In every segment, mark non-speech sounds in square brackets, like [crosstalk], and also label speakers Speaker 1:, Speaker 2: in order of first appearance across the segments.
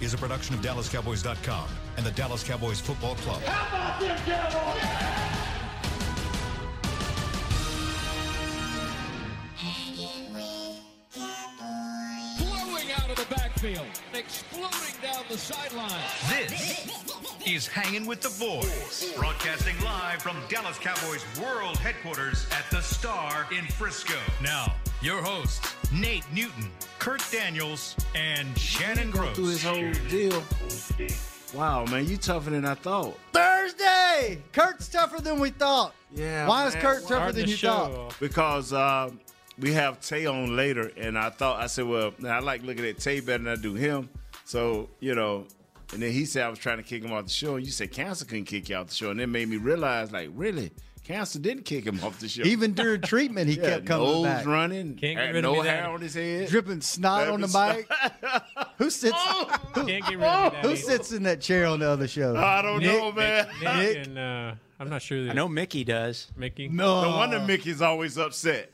Speaker 1: is a production of DallasCowboys.com and the Dallas Cowboys Football Club.
Speaker 2: How about them Cowboys?
Speaker 3: blowing out of the backfield, exploding down the sideline.
Speaker 4: This is Hanging with the Boys, broadcasting live from Dallas Cowboys World Headquarters at the Star in Frisco. Now, your hosts, Nate Newton, Kurt Daniels, and Shannon
Speaker 5: go through this
Speaker 4: Gross.
Speaker 5: whole deal. Wow, man, you tougher than I thought.
Speaker 6: Thursday. Kurt's tougher than we thought.
Speaker 5: Yeah,
Speaker 6: Why is
Speaker 5: man,
Speaker 6: Kurt
Speaker 5: why-
Speaker 6: tougher than you thought?
Speaker 5: Because uh, we have Tay on later, and I thought I said, well, now I like looking at Tay better than I do him. So you know, and then he said I was trying to kick him off the show, and you said cancer couldn't kick you off the show, and it made me realize, like, really, cancer didn't kick him off the show.
Speaker 6: [laughs] Even during treatment, he
Speaker 5: yeah,
Speaker 6: kept coming
Speaker 5: nose
Speaker 6: back,
Speaker 5: running,
Speaker 7: Can't get
Speaker 5: had
Speaker 7: rid of
Speaker 5: no
Speaker 7: me
Speaker 5: hair
Speaker 7: now.
Speaker 5: on his head,
Speaker 6: dripping snot on the mic. who
Speaker 5: [laughs]
Speaker 6: sits?
Speaker 5: Oh.
Speaker 7: Can't get rid of me.
Speaker 6: Oh, Who sits in that chair on the other show?
Speaker 5: I don't know, Oh, man. [laughs]
Speaker 7: Nick, and uh, I'm not sure. That
Speaker 8: I know Mickey does.
Speaker 7: Mickey.
Speaker 6: no,
Speaker 5: No wonder Mickey's always upset.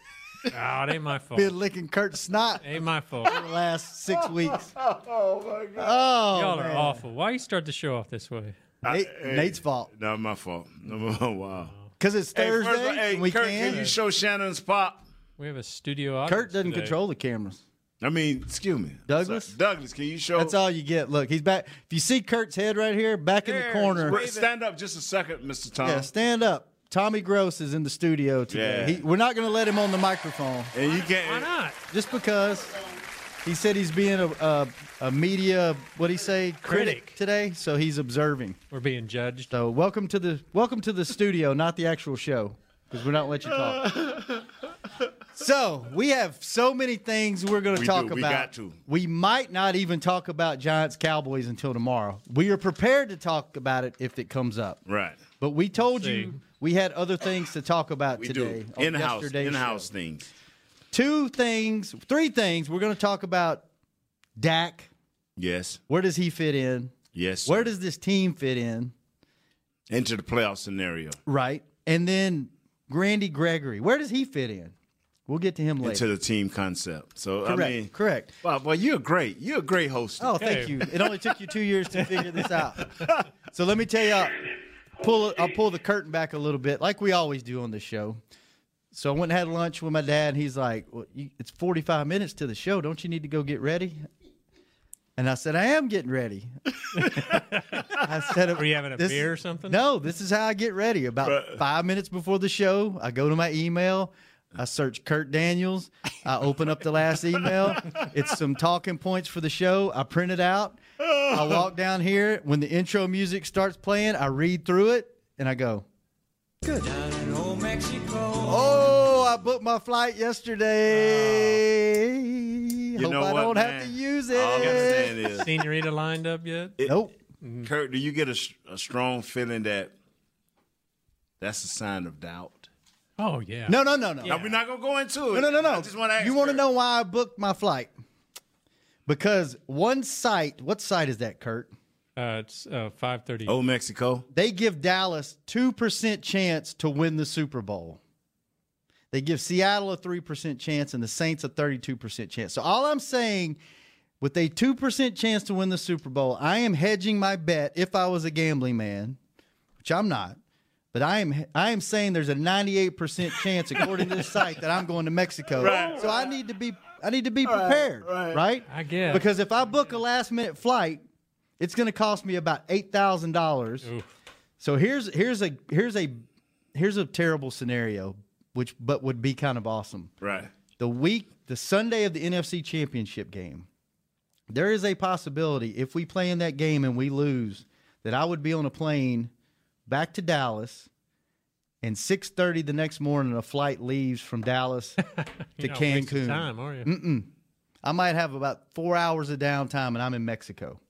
Speaker 7: Ah, it ain't my
Speaker 6: [laughs]
Speaker 7: fault.
Speaker 6: been licking Kurt's
Speaker 5: [laughs]
Speaker 6: snot
Speaker 7: Ain't my fault.
Speaker 6: the last six weeks.
Speaker 5: Oh my god.
Speaker 6: Oh,
Speaker 7: Y'all are
Speaker 6: man.
Speaker 7: awful. Why you start the show off this way?
Speaker 6: Nate- Nate's fault
Speaker 5: Not my fault. [laughs] No, wow.
Speaker 6: because it's
Speaker 5: Hey, first
Speaker 6: Thursday.
Speaker 5: of all, hey,
Speaker 6: and we
Speaker 5: Kurt,
Speaker 6: can.
Speaker 5: you show Shannon's pop?
Speaker 7: We have a studio audience.
Speaker 6: Kurt doesn't
Speaker 7: today.
Speaker 6: control the cameras.
Speaker 5: I mean, excuse me,
Speaker 6: Douglas?
Speaker 5: Sorry. Douglas, can you show?
Speaker 6: That's all you get. Look, he's back. If you see Kurt's head right here, back in the corner.
Speaker 5: Wait, Stand up just a second, Mr. Tom.
Speaker 6: Yeah, stand up. Tommy Gross is in the studio today.
Speaker 5: Yeah.
Speaker 6: He, we're not going to let him on the microphone
Speaker 5: and you can't.
Speaker 7: Why not?
Speaker 6: just because he said he's being a, a, a media what he say
Speaker 7: Critic.
Speaker 6: today, so he's observing.
Speaker 7: We're being judged.
Speaker 6: So welcome to the welcome to the studio, not the actual show, because we're not let you talk.
Speaker 5: [laughs]
Speaker 6: so we have so many things we're going to
Speaker 5: We
Speaker 6: talk
Speaker 5: do.
Speaker 6: about.
Speaker 5: We got to.
Speaker 6: We might not even talk about Giants Cowboys until tomorrow. We are prepared to talk about it if it comes up.
Speaker 5: Right.
Speaker 6: But we told
Speaker 7: see.
Speaker 6: you we had other things to talk about
Speaker 5: We
Speaker 6: today.
Speaker 5: do
Speaker 6: on
Speaker 5: in-house,
Speaker 6: yesterday's
Speaker 5: in-house
Speaker 6: show.
Speaker 5: things.
Speaker 6: Two things, three things. We're going to talk about Dak.
Speaker 5: Yes.
Speaker 6: Where does he fit in?
Speaker 5: Yes.
Speaker 6: Where does this team fit in?
Speaker 5: into the playoff scenario?
Speaker 6: Right. And then Grandy Gregory. Where does he fit in? We'll get to him later.
Speaker 5: Into the team concept. So I
Speaker 6: Correct.
Speaker 5: mean,
Speaker 6: Correct.
Speaker 5: Wow, boy, you're great. You're a great host.
Speaker 6: Oh, thank
Speaker 7: Okay.
Speaker 6: you. It only took you two years to figure this out. So let me tell you, pull. I'll pull the curtain back a little bit, like we always do on the show. So I went and had lunch with my dad, and he's like, well, you, "It's 45 minutes to the show. Don't you need to go get ready?" And I said, "I am getting ready." [laughs] I said,
Speaker 7: Were you having a
Speaker 6: this-
Speaker 7: beer or something?
Speaker 6: No, this is how I get ready. About five minutes before the show, I go to my email. I search Kurt Daniels. I open up the last email. It's some talking points for the show. I print it out. I walk down here. When the intro music starts playing, I read through it and I go, Good. Oh, I booked my flight yesterday. You Hope
Speaker 5: know
Speaker 6: I
Speaker 5: what,
Speaker 6: don't have
Speaker 5: man?
Speaker 6: to use it.
Speaker 5: All I'm saying is,
Speaker 7: Senorita lined up yet?
Speaker 6: Nope.
Speaker 5: Kurt, do you get a, s- a strong feeling that that's a sign of doubt?
Speaker 7: Oh yeah.
Speaker 6: No, no, no, no.
Speaker 5: Now, we're not gonna go into
Speaker 6: No,
Speaker 5: it.
Speaker 6: no, no, no.
Speaker 5: I just want to ask.
Speaker 6: you want to
Speaker 5: Kurt.
Speaker 6: know why I booked my flight? Because one site, what site is that, Kurt?
Speaker 7: Uh, it's uh, five thirty.
Speaker 5: Oh, Mexico.
Speaker 6: They give Dallas 2% chance to win the Super Bowl. They give Seattle a 3% chance and the Saints a 32% chance. So all I'm saying with a 2% chance to win the Super Bowl, I am hedging my bet if I was a gambling man, which I'm not. But I am I am saying there's a 98% chance according to this site that I'm going to [laughs] Mexico. so I need to be I need to be prepared, right?
Speaker 7: I guess.
Speaker 6: Because if I book a last minute flight, it's going to cost me about eight thousand dollars. So here's here's a here's a here's a terrible scenario, which but would be kind of awesome.
Speaker 5: Right.
Speaker 6: The week, the Sunday of the NFC Championship game, there is a possibility if we play in that game and we lose, that I would be on a plane back to Dallas. And six thirty the next morning, a flight leaves from
Speaker 7: [laughs]
Speaker 6: Dallas to
Speaker 7: You're not wasting
Speaker 6: Cancun.
Speaker 7: Time, are you?
Speaker 6: I might have about four hours of downtime, and I'm in Mexico.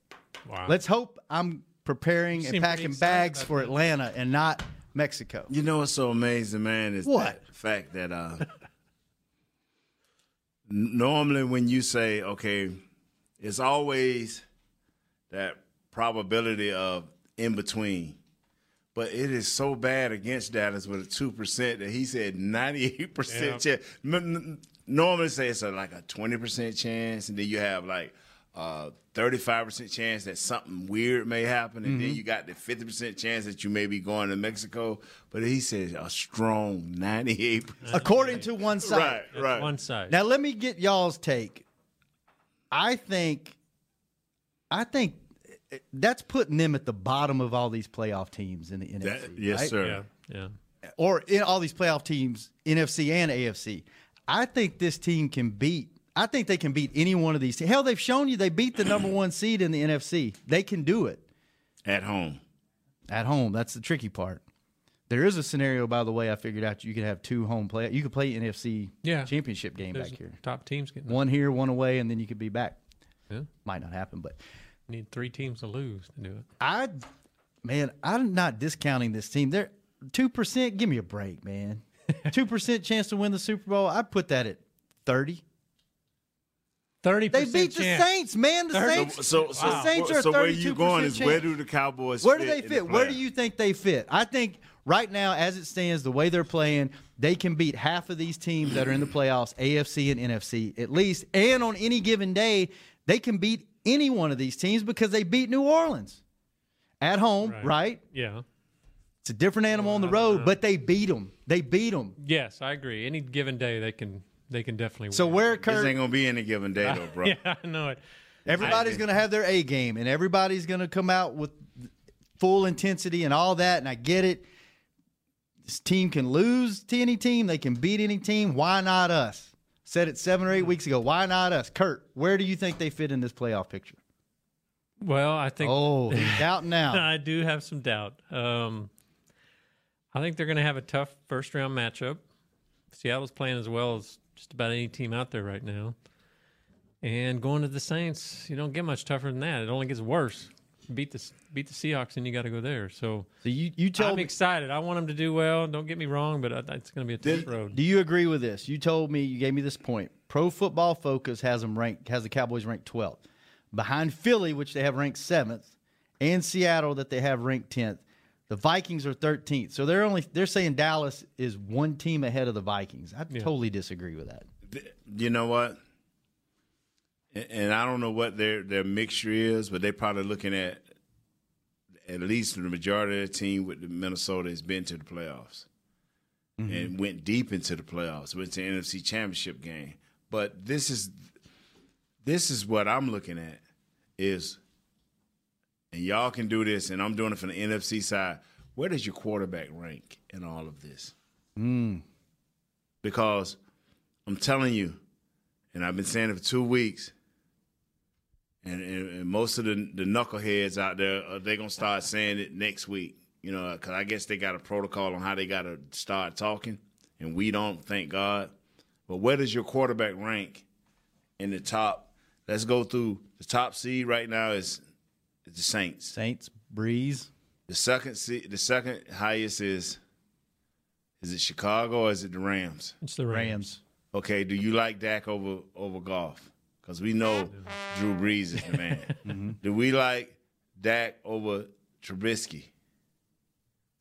Speaker 7: Wow.
Speaker 6: Let's hope I'm preparing and
Speaker 7: seem pretty
Speaker 6: packing
Speaker 7: excited
Speaker 6: bags
Speaker 7: about
Speaker 6: for
Speaker 7: this.
Speaker 6: Atlanta and not Mexico.
Speaker 5: You know what's so amazing, man, is
Speaker 6: What?
Speaker 5: that fact that uh, [laughs] n- normally when you say, okay, it's always that probability of in between. But it is so bad against Dallas with a two percent that he said ninety eight percent chance. M- n- Normally, say it's a, like a twenty percent chance, and then you have like uh, 35% chance that something weird may happen, and
Speaker 7: Mm-hmm.
Speaker 5: then you got the 50% chance that you may be going to Mexico. But he says a strong 98%.
Speaker 6: according to one side.
Speaker 5: Right, right.
Speaker 7: One side.
Speaker 6: Now let me get y'all's take. I think, I think that's putting them at the bottom of all these playoff teams in the NFC.
Speaker 5: That- yes,
Speaker 6: right?
Speaker 5: sir.
Speaker 7: yeah. Yeah.
Speaker 6: Or in all these playoff teams, NFC and AFC. I think this team can beat. I think they can beat any one of these. te- Hell, they've shown you they beat the number one seed in the NFC. They can do it
Speaker 5: At home.
Speaker 6: at home. That's the tricky part. There is a scenario, by the way, I figured out you could have two home play. You could play NFC
Speaker 7: Yeah.
Speaker 6: championship game
Speaker 7: There's
Speaker 6: back here.
Speaker 7: Top teams getting
Speaker 6: One here, one away, and then you could be back.
Speaker 7: Yeah.
Speaker 6: Might not happen, but
Speaker 7: Need three teams to lose to do it.
Speaker 6: I, man, I'm not discounting this team. They're two percent. Give me a break,
Speaker 5: [laughs]
Speaker 6: man. Two percent chance to win the Super Bowl. I put that at thirty.
Speaker 7: Thirty.
Speaker 6: They beat the Saints, man. The
Speaker 5: So,
Speaker 6: Saints.
Speaker 5: so, so,
Speaker 6: the Saints are
Speaker 5: so where you
Speaker 6: 32%
Speaker 5: going is where
Speaker 6: chance.
Speaker 5: do the Cowboys
Speaker 6: Where do
Speaker 5: fit
Speaker 6: they
Speaker 5: in the
Speaker 6: fit? Where do
Speaker 5: playoff?
Speaker 6: you think they fit? I think right now, as it stands, the way they're playing, they can beat half of these teams that are in the playoffs, [clears throat] AFC and NFC at least. And on any given day, they can beat any one of these teams because they beat New Orleans at home, right?
Speaker 7: Right. Yeah.
Speaker 6: It's a different animal on the road, but they beat them. They beat them.
Speaker 7: Yes, I agree. Any given day, they can they can definitely.
Speaker 6: So
Speaker 7: win.
Speaker 6: where
Speaker 5: This ain't
Speaker 6: Kirk,
Speaker 5: gonna be any given day though, bro.
Speaker 7: [laughs] Yeah, I know it.
Speaker 6: everybody's going to have their A game, and everybody's going to come out with full intensity and all that. And I get it. This team can lose to any team. They can beat any team. Why not us? Said it seven or
Speaker 5: Mm.
Speaker 6: eight weeks ago. Why not us? Kurt, where do you think they fit in this playoff
Speaker 5: [laughs]
Speaker 6: picture?
Speaker 7: Well, I think
Speaker 6: Oh, he's out
Speaker 5: [laughs]
Speaker 6: now.
Speaker 7: [laughs] I do have some doubt. Um, I think they're going to have a tough first round matchup. Seattle's playing as well as just about any team out there right now. And going to the Saints, you don't get much tougher than that. It only gets worse. Beat the beat the Seahawks, and you got to go there. So
Speaker 6: So you, you
Speaker 7: I'm
Speaker 6: told me.
Speaker 7: excited. I want them to do well. Don't get me wrong, but I, it's going to be a tough road.
Speaker 6: Do you agree with this? You told me you gave me this point. Pro Football Focus has them ranked has the Cowboys ranked 12th, behind Philly, which they have ranked seventh, and Seattle that they have ranked 10th. The Vikings are 13th, so they're only they're saying Dallas is one team ahead of the Vikings. I totally disagree with that.
Speaker 5: you know what? And- And I don't know what their their mixture is, but they're probably looking at at least the majority of the team with the Minnesota has been to the playoffs and went deep into the playoffs, went to NFC Championship game. But this is this is what I'm looking at is, and y'all can do this, and I'm doing it from the NFC side. Where does your quarterback rank in all of this? Because I'm telling you, and I've been saying it for two weeks. And, and, and most of the, the knuckleheads out there, uh, they're going to start saying it next week, you know, because I guess they got a protocol on how they got to start talking. And we don't, thank God. But where does your quarterback rank in the top? Let's go through the top seed right now is is the Saints.
Speaker 6: Saints, Breeze,
Speaker 5: The second seed, the second highest is is it Chicago or is it the Rams?
Speaker 7: It's the Rams.
Speaker 6: Rams.
Speaker 5: okay, do you like Dak over over golf? Because we know Drew Brees is the man. Do we like Dak over Trubisky?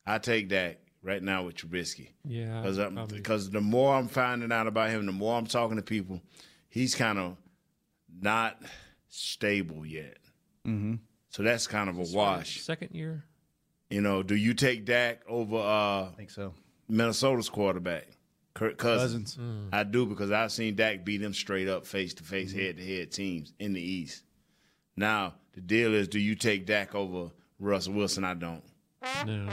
Speaker 5: I take Dak right now with Trubisky.
Speaker 7: Yeah,
Speaker 5: Because
Speaker 7: probably.
Speaker 5: because the more I'm finding out about him, the more I'm talking to people, he's kind of not stable yet. Mm-hmm. So that's kind of a wash.
Speaker 7: Second year.
Speaker 5: You know, do you take Dak over uh,
Speaker 6: I think so.
Speaker 5: Minnesota's quarterback, Kirk Cousins.
Speaker 6: Cousins.
Speaker 5: I do because I've seen Dak beat them straight up face to face, head to head teams in the East. Now the deal is, do you take Dak over Russell Wilson? I don't.
Speaker 7: No.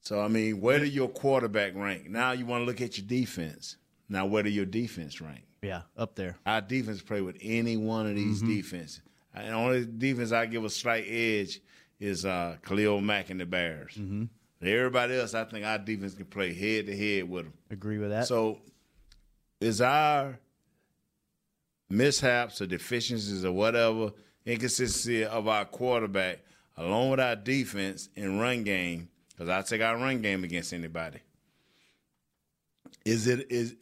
Speaker 5: So I mean, where do your quarterback rank? Now you want to look at your defense. Now where do your defense rank?
Speaker 6: Yeah, up there.
Speaker 5: Our defense play with any one of these defenses. And the only defense I give a slight edge is uh, Khalil Mack and the Bears. Mm-hmm. Everybody else, I think our defense can play head to head with them.
Speaker 6: Agree with that.
Speaker 5: [laughs] So, is our mishaps or deficiencies or whatever inconsistency of our quarterback, along with our defense and run game, because I take our run game against anybody. Is it is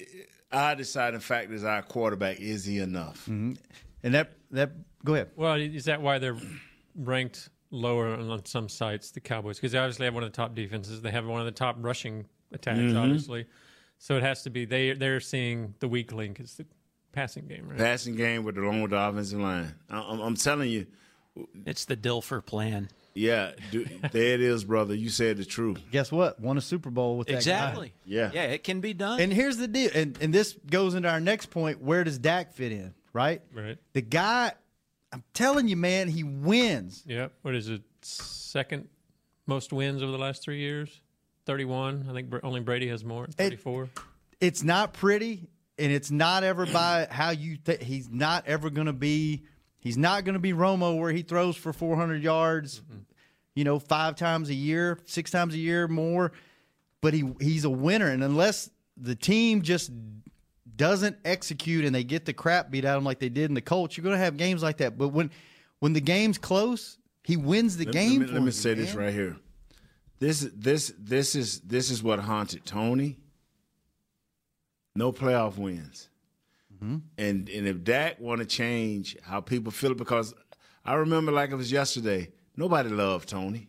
Speaker 5: our deciding factor is our quarterback? Is he enough?
Speaker 6: and that that go ahead.
Speaker 7: Well, is that why they're ranked lower on on some sites, the Cowboys? Because they obviously have one of the top defenses. They have one of the top
Speaker 5: Mm-hmm.
Speaker 7: rushing attacks, obviously. So it has to be they they're seeing the weak link is the passing game, right?
Speaker 5: Passing game with along with the offensive line. I, I'm, I'm telling you,
Speaker 2: It's the Dilfer plan.
Speaker 5: yeah, do, [laughs] there it is, brother. You said the truth.
Speaker 6: Guess what? Won a Super Bowl with that guy.
Speaker 2: Exactly.
Speaker 5: Yeah.
Speaker 2: Yeah, it can be done.
Speaker 6: And here's the deal, and, and this goes into our next point. Where does Dak fit in? Right?
Speaker 7: Right.
Speaker 6: The guy, I'm telling you, man, he wins.
Speaker 7: Yep. What is it? Second most wins over the last three years? 31. I think Br- only Brady has more. 34.
Speaker 6: It's not pretty, and it's not ever by how you think he's not ever going to be. He's not going to be Romo where he throws for 400 yards, you know, five times a year, six times a year more. But he he's a winner, and unless the team just doesn't execute and they get the crap beat out of them like they did in the Colts, you're going to have games like that. But when when the game's close, he wins the
Speaker 5: Let-
Speaker 6: game.
Speaker 5: Let me,
Speaker 6: for
Speaker 5: let me
Speaker 6: you,
Speaker 5: say this
Speaker 6: man.
Speaker 5: right here. This this this is this is what haunted Tony. No playoff wins,
Speaker 6: Mm-hmm.
Speaker 5: and and if Dak want to change how people feel, because I remember like it was yesterday. Nobody loved Tony.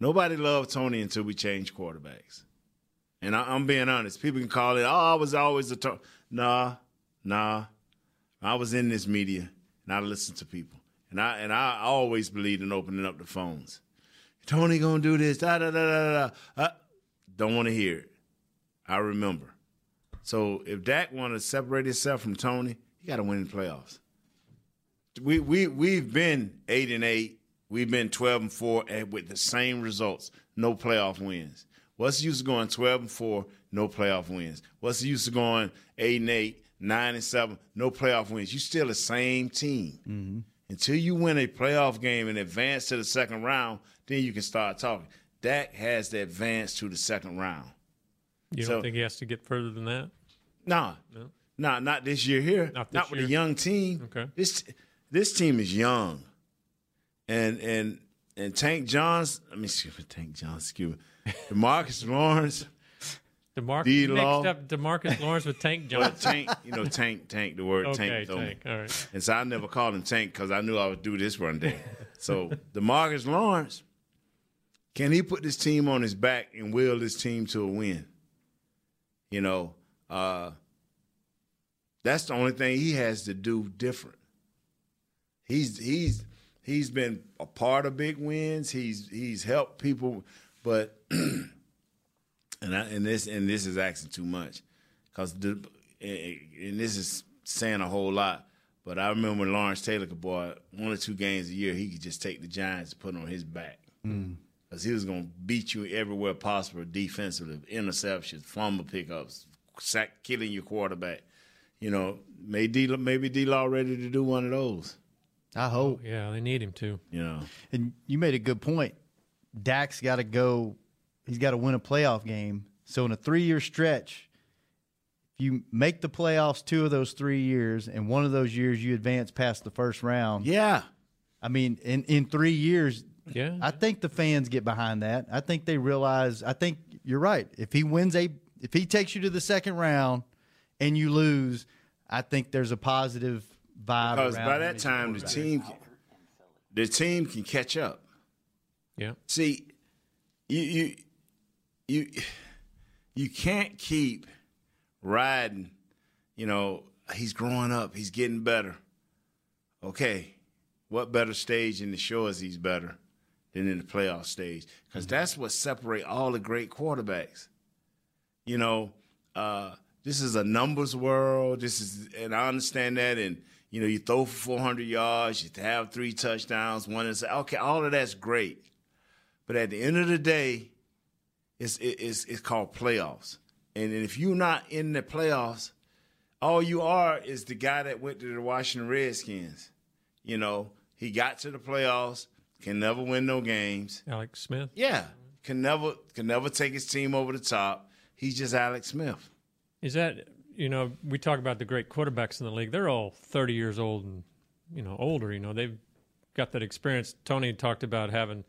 Speaker 5: Nobody loved Tony until we changed quarterbacks. And I, I'm being honest. People can call it, oh, I was always a Tony. Nah, nah. I was in this media and I listened to people. And I and I always believed in opening up the phones. Tony gonna do this, da da da da da. I don't wanna hear it. I remember. So if Dak wanna separate himself from Tony, he gotta win in the playoffs. We we we've been eight and eight, we've been twelve and four and with the same results, no playoff wins. What's the use of going twelve and four, no playoff wins? What's the use of going eight and eight, nine and seven, no playoff wins? You still the same team until you win a playoff game and advance to the second round, then you can start talking. Dak has the advance to the second round.
Speaker 7: You don't
Speaker 5: So-
Speaker 7: think he has to get further than that?
Speaker 5: Nah, nah, not this year here.
Speaker 7: Not
Speaker 5: Not,
Speaker 7: this
Speaker 5: with
Speaker 7: year.
Speaker 5: a young team.
Speaker 7: Okay.
Speaker 5: this this team is young, and and and Tank Johns. I mean, excuse me, Tank Johns. Excuse
Speaker 7: [laughs]
Speaker 5: me, Demarcus Lawrence.
Speaker 7: DeMar-
Speaker 5: D.
Speaker 7: you
Speaker 5: Law.
Speaker 7: mixed up Demarcus Lawrence with Tank
Speaker 5: But
Speaker 7: Johnson.
Speaker 5: Tank, you know, Tank, Tank. The word
Speaker 7: okay,
Speaker 5: Tank. throw me.
Speaker 7: Tank. All right.
Speaker 5: And so I never called him Tank because I knew I would do this one day. So Demarcus Lawrence, can he put this team on his back and will this team to a win? You know, uh, that's the only thing he has to do different. He's he's he's been a part of big wins. He's he's helped people, but and I, and this and this is asking too much because the and and this is saying a whole lot. But I remember Lawrence Taylor could boy one or two games a year he could just take the Giants and put on his back because he was going to beat you everywhere possible defensively, interceptions, fumble pickups, sack, killing your quarterback. You know, maybe D, maybe D Law ready to do one of those.
Speaker 6: I hope.
Speaker 7: Yeah, they need him to.
Speaker 5: You know,
Speaker 6: And you made a good point. Dak's got to go. He's got to win a playoff game. So in a three-year stretch, if you make the playoffs two of those three years, and one of those years you advance past the first round.
Speaker 5: yeah,
Speaker 6: I mean, in in three years,
Speaker 7: Yeah.
Speaker 6: I think the fans get behind that. I think they realize. I think you're right. If he wins a, if he takes you to the second round, and you lose, I think there's a positive vibe.
Speaker 5: because
Speaker 6: around
Speaker 5: by
Speaker 6: him
Speaker 5: that
Speaker 6: as
Speaker 5: time the team can- the team can catch up.
Speaker 7: yeah.
Speaker 5: See, you you you you can't keep riding. You know, he's growing up. He's getting better. Okay, what better stage in the show is he's better than in the playoff stage? Because that's what separate all the great quarterbacks. You know, uh, this is a numbers world. This is, and I understand that. And you know, you throw for 400 yards, you have three touchdowns, one is okay. All of that's great. But at the end of the day, it's it- it's it's called playoffs. And if you're not in the playoffs, all you are is the guy that went to the Washington Redskins. You know, he got to the playoffs, can never win no games.
Speaker 7: Alex Smith.
Speaker 5: Yeah, can never can never take his team over the top. He's just Alex Smith.
Speaker 7: Is that you know we talk about the great quarterbacks in the league? They're all thirty years old and you know older. You know they've got that experience. Tony talked about having.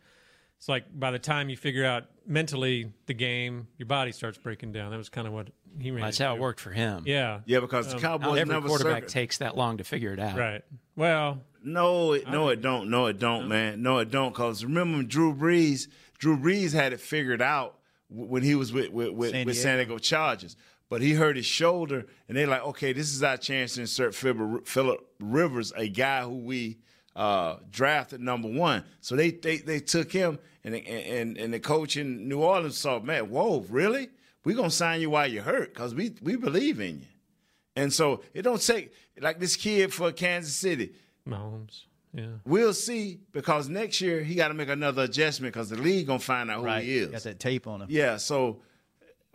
Speaker 7: It's like by the time you figure out mentally the game, your body starts breaking down. That was kind of what he ran.
Speaker 2: That's how it
Speaker 7: into.
Speaker 2: worked for him.
Speaker 7: Yeah.
Speaker 5: Yeah, because the
Speaker 2: Not
Speaker 5: Cowboys
Speaker 2: Um, every
Speaker 5: never
Speaker 2: quarterback
Speaker 5: circle-
Speaker 2: takes that long to figure it out.
Speaker 7: Right. Well,
Speaker 5: No, it, no, it don't. No, it don't, man. No, it don't. Cause remember when Drew Brees. Drew Brees had it figured out w- when he was with with, with,
Speaker 6: San
Speaker 5: with San Diego Chargers. but he hurt his shoulder, and they're like, okay, this is our chance to insert Philip Phillip Rivers, a guy who we uh, drafted number one. So they they, they took him, and, and and the coach in New Orleans saw, man, whoa, really? We're gonna sign you while you're hurt, cause we we believe in you. And so it don't take like this kid for Kansas City.
Speaker 7: Mahomes. Yeah.
Speaker 5: We'll see because next year he got to make another adjustment because the league gonna find out who
Speaker 6: Right.
Speaker 5: he is.
Speaker 6: Got that tape on him.
Speaker 5: Yeah. So,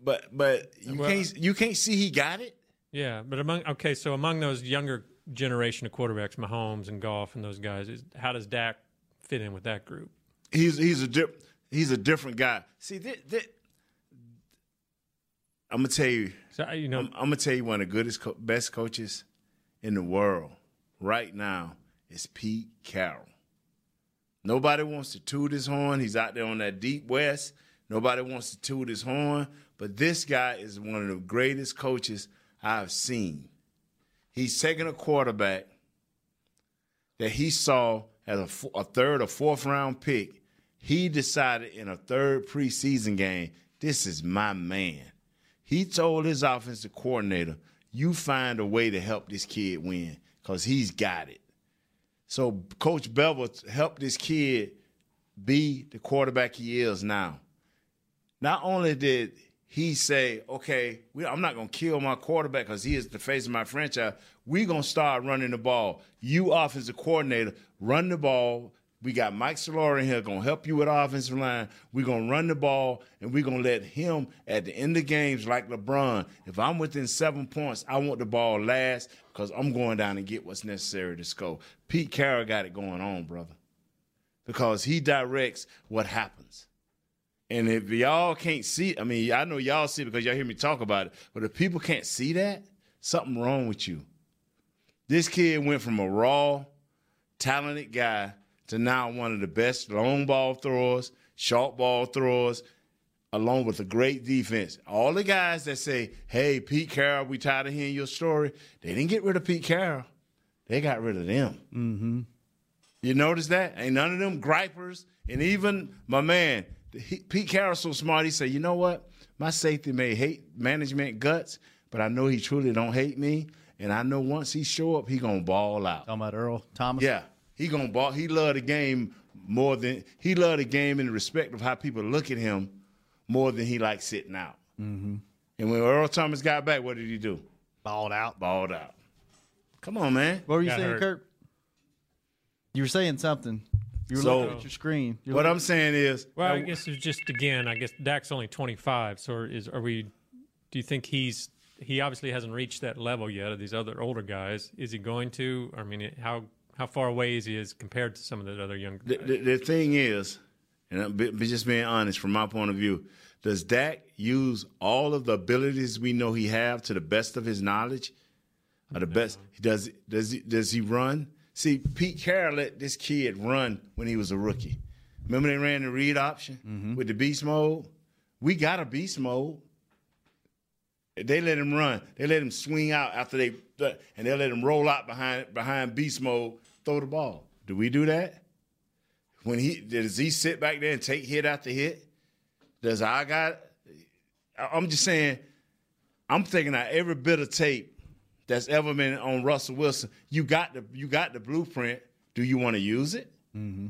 Speaker 5: but but you
Speaker 7: Well-
Speaker 5: can't you can't see he got it.
Speaker 7: Yeah, but among okay, so among those younger generation of quarterbacks, Mahomes and Golf and those guys, is, how does Dak fit in with that group?
Speaker 5: He's he's a dip, he's a different guy. See, that, that, I'm gonna tell you,
Speaker 7: So I- you know,
Speaker 5: I'm, I'm gonna tell you one of the goodest, co- best coaches in the world right now is Pete Carroll. Nobody wants to toot his horn. He's out there on that deep west. Nobody wants to toot his horn, but this guy is one of the greatest coaches I've seen. He's taking a quarterback that he saw as a, f- a third or fourth round pick. He decided in a third preseason game, this is my man. He told his offensive coordinator, "You find a way to help this kid win, cause he's got it." So Coach Bevel helped this kid be the quarterback he is now. Not only did he say, "Okay, we, I'm not gonna kill my quarterback because he is the face of my franchise. We're gonna start running the ball. You offensive coordinator, run the ball." We got Mike Solari here gonna help you with offensive line. We're gonna run the ball and we're gonna let him at the end of games like LeBron. If I'm within seven points, I want the ball last because I'm going down and get what's necessary to score. Pete Carroll got it going on, brother. Because he directs what happens. And if y'all can't see, I mean, I know y'all see it because y'all hear me talk about it, but if people can't see that, something wrong with you. This kid went from a raw, talented guy to now one of the best long ball throwers, short ball throwers, along with a great defense. All the guys that say, hey, Pete Carroll, we tired of hearing your story, they didn't get rid of Pete Carroll. They got rid of them. You notice that? Ain't none of them gripers. And even my man, he, Pete Carroll, so smart. He said, "You know what? My safety may hate management guts, but I know he truly don't hate me. And I know once he show up, he gonna ball out.
Speaker 6: Talking about Earl Thomas.
Speaker 5: Yeah, he gonna ball. He love the game more than he love the game in respect of how people look at him more than he like sitting out. Mm-hmm. And when Earl Thomas got back, what did he do?
Speaker 6: Balled out.
Speaker 5: Balled out. Come on, man.
Speaker 6: What were you
Speaker 7: Got
Speaker 6: saying,
Speaker 7: hurt.
Speaker 6: Kirk? You were saying something. You were
Speaker 5: So-
Speaker 6: looking at your screen. You're
Speaker 5: What
Speaker 6: looking-
Speaker 5: I'm saying is,
Speaker 7: well, I guess it's just again, I guess Dak's only 25, so is are we do you think he's he obviously hasn't reached that level yet of these other older guys. Is he going to? I mean, how how far away is he is compared to some of the other younger
Speaker 5: The,
Speaker 7: guys?
Speaker 5: the, the thing is, and I'm be, be- just being honest from my point of view, does Dak use all of the abilities we know he have to the best of his knowledge? Or the best does does he, does he run? See, Pete Carroll let this kid run when he was a rookie. Remember they ran the read option with the beast mode. We got a beast mode. They let him run. They let him swing out after they and they let him roll out behind behind beast mode, throw the ball. Do we do that? when he does he sit back there and take hit after hit? Does I got? I- I'm just saying. I'm thinking out every bit of tape that's ever been on Russell Wilson. You got the you got the blueprint. Do you want to use it? Mm-hmm.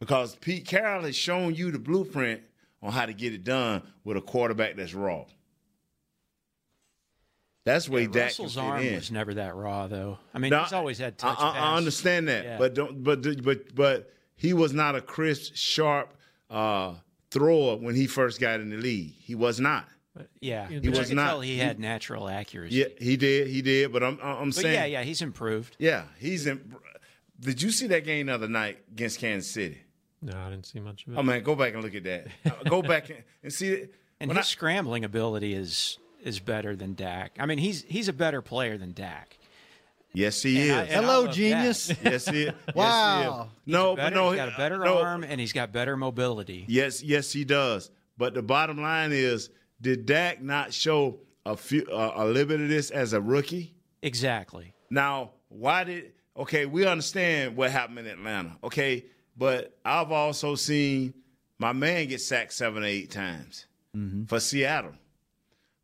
Speaker 5: Because Pete Carroll has shown you the blueprint on how to get it done with a quarterback that's raw. That's where Dak can
Speaker 2: Russell's
Speaker 5: fit
Speaker 2: arm
Speaker 5: in.
Speaker 2: was never that raw, though. I mean,
Speaker 5: No,
Speaker 2: he's always had
Speaker 5: I,
Speaker 2: touch
Speaker 5: I- I
Speaker 2: pass.
Speaker 5: understand that,
Speaker 2: Yeah.
Speaker 5: but don't. But but but he was not a crisp, sharp uh, thrower when he first got in the league. He was not.
Speaker 2: Yeah, he
Speaker 5: was not-
Speaker 2: Tell he had natural accuracy.
Speaker 5: Yeah, he did. He did. But I'm I'm
Speaker 2: but
Speaker 5: saying.
Speaker 2: yeah, yeah, he's improved.
Speaker 5: yeah, He's in. Did you see that game the other night against Kansas City?
Speaker 7: No, I didn't see much of it.
Speaker 5: Oh man, go back and look at that. Uh, go back and, and see. it.
Speaker 2: And
Speaker 5: When
Speaker 2: his
Speaker 5: I-
Speaker 2: scrambling ability is is better than Dak. I mean, he's he's a better player than Dak.
Speaker 5: yes, he
Speaker 2: And I-
Speaker 5: is.
Speaker 2: and I
Speaker 6: Hello,
Speaker 2: love
Speaker 6: genius.
Speaker 2: Dak.
Speaker 5: yes, he is.
Speaker 6: Wow.
Speaker 5: Yes, he is. No, but
Speaker 2: Better,
Speaker 5: no,
Speaker 2: he's got a better
Speaker 5: no,
Speaker 2: arm and he's got better mobility.
Speaker 5: Yes, yes, he does. But the bottom line is, did Dak not show a few uh, a little bit of this as a rookie?
Speaker 2: Exactly.
Speaker 5: Now, why did? Okay, we understand what happened in Atlanta. Okay, but I've also seen my man get sacked seven, or eight times for Seattle.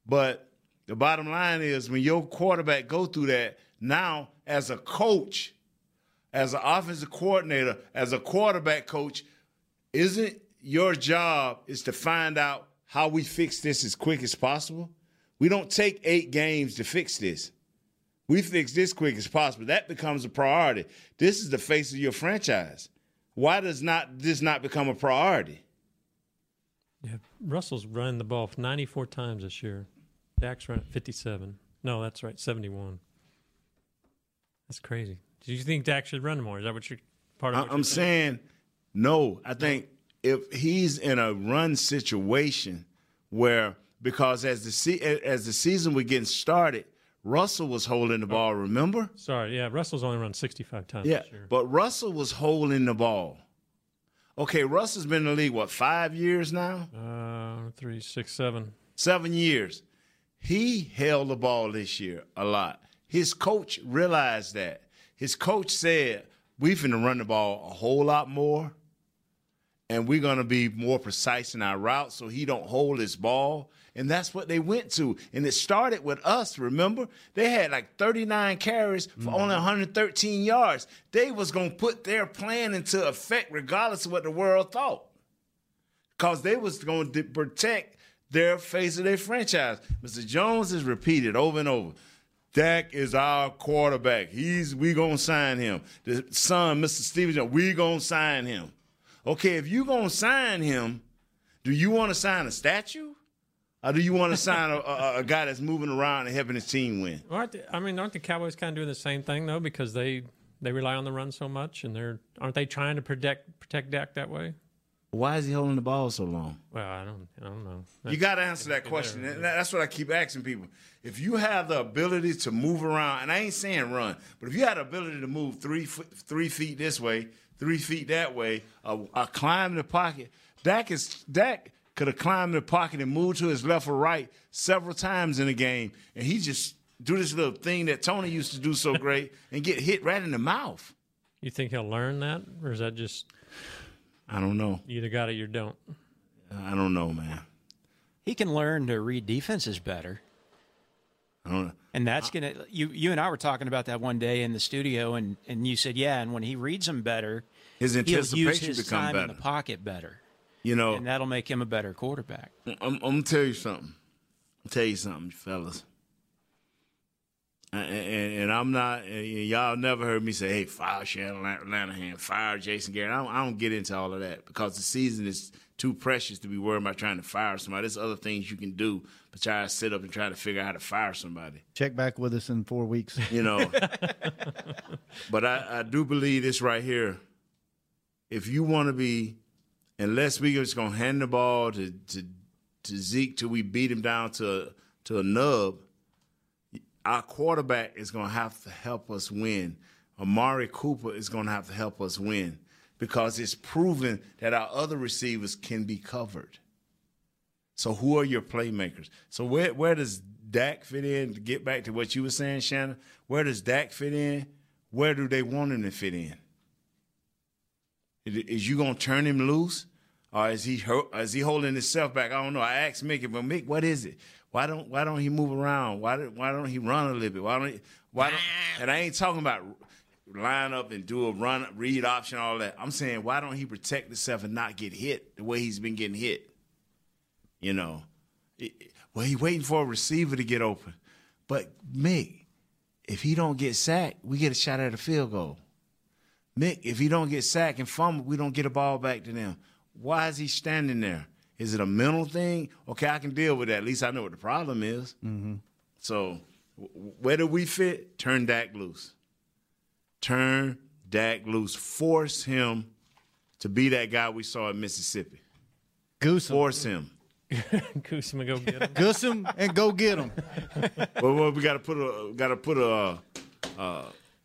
Speaker 5: But The bottom line is when your quarterback go through that, now as a coach, as an offensive coordinator, as a quarterback coach, isn't your job is to find out how we fix this as quick as possible? We don't take eight games to fix this. We fix this quick as possible. That becomes a priority. This is the face of your franchise. Why does not this not become a priority?
Speaker 7: Yeah, Russell's run the ball 94 times this year. Dak's run at 57. No, that's right, 71. That's crazy. Do you think Dak should run more? Is that what you're part of?
Speaker 5: I-
Speaker 7: what
Speaker 5: I'm
Speaker 7: you're
Speaker 5: saying no. I think if he's in a run situation where because as the se- as the season was getting started, Russell was holding the ball. Remember?
Speaker 7: Sorry, yeah, Russell's only run 65 times
Speaker 5: Yeah,
Speaker 7: this year.
Speaker 5: but Russell was holding the ball. Okay, Russell's been in the league what five years now?
Speaker 7: Uh, three, six, seven.
Speaker 5: seven years. He held the ball this year a lot. His coach realized that. His coach said, we finna run the ball a whole lot more, and we're gonna be more precise in our route so he don't hold his ball. And that's what they went to. And it started with us, remember? They had like 39 carries for only 113 yards. They was gonna put their plan into effect regardless of what the world thought because they was going to protect their face of their franchise. Mr. Jones is repeated over and over. Dak is our quarterback. He's we gonna sign him. The son, Mr. Stevens, we gonna sign him. Okay, if you gonna sign him, do you want to sign a statue, or do you want to sign a, a, a guy that's moving around and helping his team win?
Speaker 7: Aren't the, I mean, aren't the Cowboys kind of doing the same thing though? Because they they rely on the run so much, and they're aren't they trying to protect protect Dak that way?
Speaker 5: Why is he holding the ball so long?
Speaker 7: Well, I don't, I don't know.
Speaker 5: You got to answer that
Speaker 7: there,
Speaker 5: question.
Speaker 7: right?
Speaker 5: And that- that's what I keep asking people. If you have the ability to move around, and I ain't saying run, but if you had the ability to move three fo- three feet this way, three feet that way, uh, uh, climb the pocket, Dak is Dak could have climbed the pocket and moved to his left or right several times in the game, and he just do this little thing that Tony used to do so great and get hit right in the mouth.
Speaker 7: You think he'll learn that, or is that just
Speaker 5: I don't know.
Speaker 7: you either got it or you don't?
Speaker 5: I don't know, man.
Speaker 2: He can learn to read defenses better.
Speaker 5: I don't know.
Speaker 2: And that's
Speaker 5: Uh-huh.
Speaker 2: gonna you you and I were talking about that one day in the studio and, and you said, Yeah, and when he reads them better,
Speaker 5: His
Speaker 2: he'll use
Speaker 5: anticipation
Speaker 2: his
Speaker 5: become
Speaker 2: time
Speaker 5: better. Oh.
Speaker 2: in the pocket better.
Speaker 5: you know,
Speaker 2: And that'll make him a better quarterback.
Speaker 5: I'm, I'm gonna tell you something. I'll tell you something, fellas. And, and, and I'm not. And y'all never heard me say, "Hey, fire Shannon Lan- Lanahan, fire Jason Garrett." I don't, I don't get into all of that because the season is too precious to be worried about trying to fire somebody. There's other things you can do, but try to sit up and try to figure out how to fire somebody
Speaker 6: Check back with us in four weeks.
Speaker 5: you know. but I, I do believe this right here. If you want to be, unless we just gonna hand the ball to to, to Zeke till we beat him down to to a nub, our quarterback is gonna have to help us win. Amari Cooper is gonna have to help us win because it's proven that our other receivers can be covered. So who are your playmakers? So where where does Dak fit in? To get back to what you were saying, Shannon, where does Dak fit in? Where do they want him to fit in? Is is you gonna turn him loose, or is he ho- is he holding himself back? I don't know. I asked Mickey, but Mick, what is it? Why don't why don't he move around? Why don't, why don't he run a little bit? Why don't he, why don't? And I ain't talking about line up and do a run read option all that. I'm saying why don't he protect himself and not get hit the way he's been getting hit? You know, It- it- well, he waiting for a receiver to get open. But Mick, if he don't get sacked, we get a shot at a field goal. Mick, if he don't get sacked and fumble, we don't get a ball back to them. Why is he standing there? Is it a mental thing? Okay, I can deal with that. At least I know what the problem is.
Speaker 6: Mm-hmm.
Speaker 5: So, w- w- where do we fit? Turn Dak loose. Turn Dak loose. Force him to be that guy we saw in Mississippi.
Speaker 6: Goose him.
Speaker 5: Force him.
Speaker 7: [laughs] Kuzma, go get him.
Speaker 6: Goose him and go get him.
Speaker 5: well, well, we gotta put a gotta put a uh,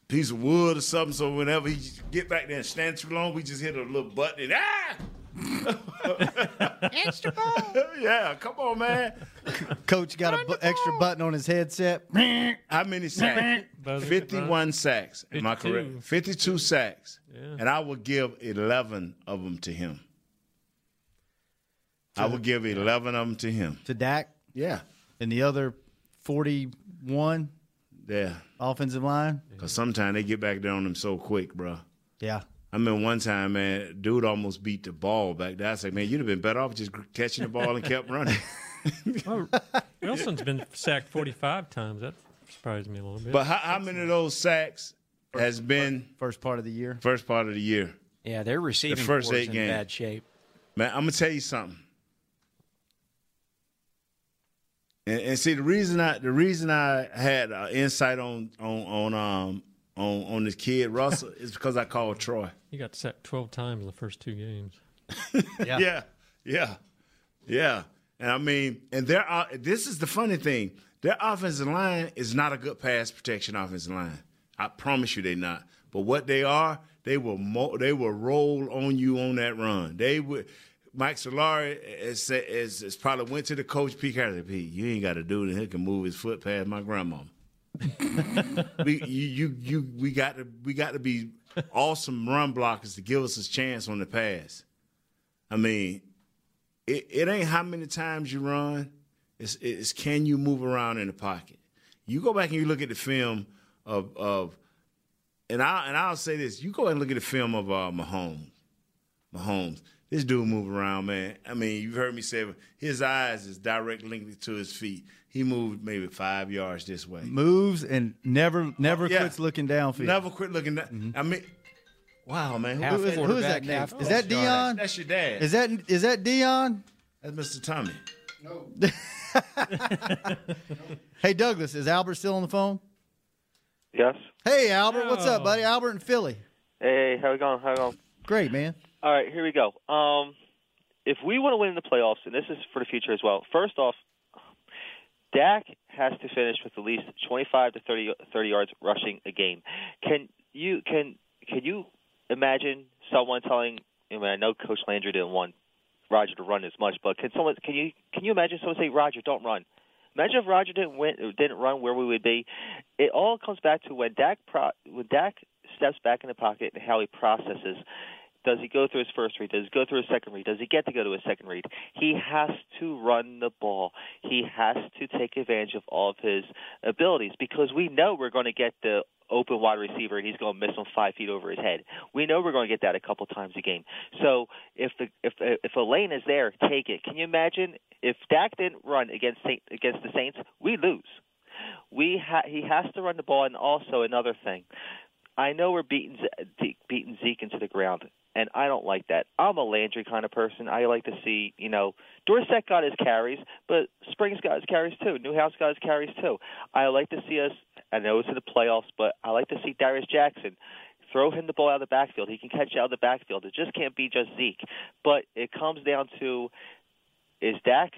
Speaker 5: piece of wood or something. So whenever he get back there and stand too long, we just hit a little button and ah. [laughs] extra ball. yeah, come on, man.
Speaker 6: Coach got an extra button on his headset.
Speaker 5: How many sacks?
Speaker 7: Buzzer,
Speaker 5: Fifty-one sacks. Am I correct?
Speaker 7: 52.
Speaker 5: Fifty-two sacks, and I will give eleven of them to him. I will give eleven of them to him.
Speaker 6: To Dak
Speaker 5: Yeah,
Speaker 6: and the other 41
Speaker 5: Yeah.
Speaker 6: offensive line.
Speaker 5: Cause sometimes they get back there on them so quick, bruh.
Speaker 6: Yeah.
Speaker 5: I mean, one time, man, dude almost beat the ball back there. I said, man, you'd have been better off just catching the ball and kept
Speaker 6: [laughs]
Speaker 5: running.
Speaker 7: Wilson's been sacked 45 times. That surprised me a little bit.
Speaker 5: But how, how many of those sacks has been
Speaker 6: First part of the year.
Speaker 5: first part of the year?
Speaker 2: Yeah, their receiving the
Speaker 5: first
Speaker 2: first
Speaker 5: eight
Speaker 2: in
Speaker 5: games.
Speaker 2: bad shape.
Speaker 5: Man, I'm gonna tell you something. And, and see the reason I the reason I had uh, insight on on on um on on this kid Russell is because I called Troy.
Speaker 7: he got sacked 12 times in the first two games.
Speaker 5: Yeah, yeah, yeah. And I mean, and their uh, this is the funny thing. Their offensive line is not a good pass protection offensive line. I promise you, they not. But what they are, they will mo- they will roll on you on that run. They would. Mike Solari is, is, is probably went to the coach P. Carter. P. You ain't got to do it. He can move his foot past my grandmama. we you, you you we got to we got to be awesome run blockers to give us a chance on the pass. I mean, it, it ain't how many times you run. It's, it's can you move around in the pocket. You go back and you look at the film of of, and I and I'll say this: you go and look at the film of uh, Mahomes. Mahomes, this dude move around, man. I mean, you've heard me say his eyes is directly linked to his feet. He moved maybe five yards this way.
Speaker 6: Moves and never never
Speaker 5: Yeah.
Speaker 6: quits looking downfield.
Speaker 5: Never quit looking. That,
Speaker 6: Mm-hmm.
Speaker 5: I mean, wow, man. Who-
Speaker 2: Half
Speaker 6: Who is, who is that?
Speaker 2: quarterback,
Speaker 6: Nate?
Speaker 2: half
Speaker 6: Is that
Speaker 2: coach.
Speaker 6: Dion?
Speaker 5: that's your dad.
Speaker 6: Is that is that Dion?
Speaker 5: that's Mr. Tommy.
Speaker 6: Hey Douglas, is Albert still on the phone?
Speaker 8: Yes.
Speaker 6: Hey Albert, what's up,
Speaker 7: No.
Speaker 6: buddy? Albert in Philly.
Speaker 8: Hey, how we going? How we going?
Speaker 6: Great man.
Speaker 8: All right, here we go. Um, if we want to win in the playoffs, and this is for the future as well. First off, Dak has to finish with at least 25 to 30, 30 yards rushing a game. Can you can can you imagine someone telling? I mean, I know Coach Landry didn't want Roger to run as much, but can someone can you can you imagine someone say Roger don't run? Imagine if Roger didn't win, didn't run where we would be. It all comes back to when Dak pro, when Dak steps back in the pocket and how he processes. Does he go through his first read? Does he go through his second read? Does he get to go to his second read? He has to run the ball. He has to take advantage of all of his abilities because we know we're going to get the open wide receiver and he's going to miss him five feet over his head. We know we're going to get that a couple times a game. So if the if if a lane is there, take it. Can you imagine if Dak didn't run against Saint, against the Saints, we lose. We ha- he has to run the ball, and also another thing. I know we're beating Ze- Zeke- beating Zeke into the ground, and I don't like that. I'm a Landry kind of person. I like to see, you know, Dorsett got his carries, but Springs got his carries too. Newhouse got his carries too. I like to see us. I know it's in the playoffs, but I like to see Darius Jackson. Throw him the ball out of the backfield. He can catch it out of the backfield. It just can't be just Zeke. But it comes down to is Dak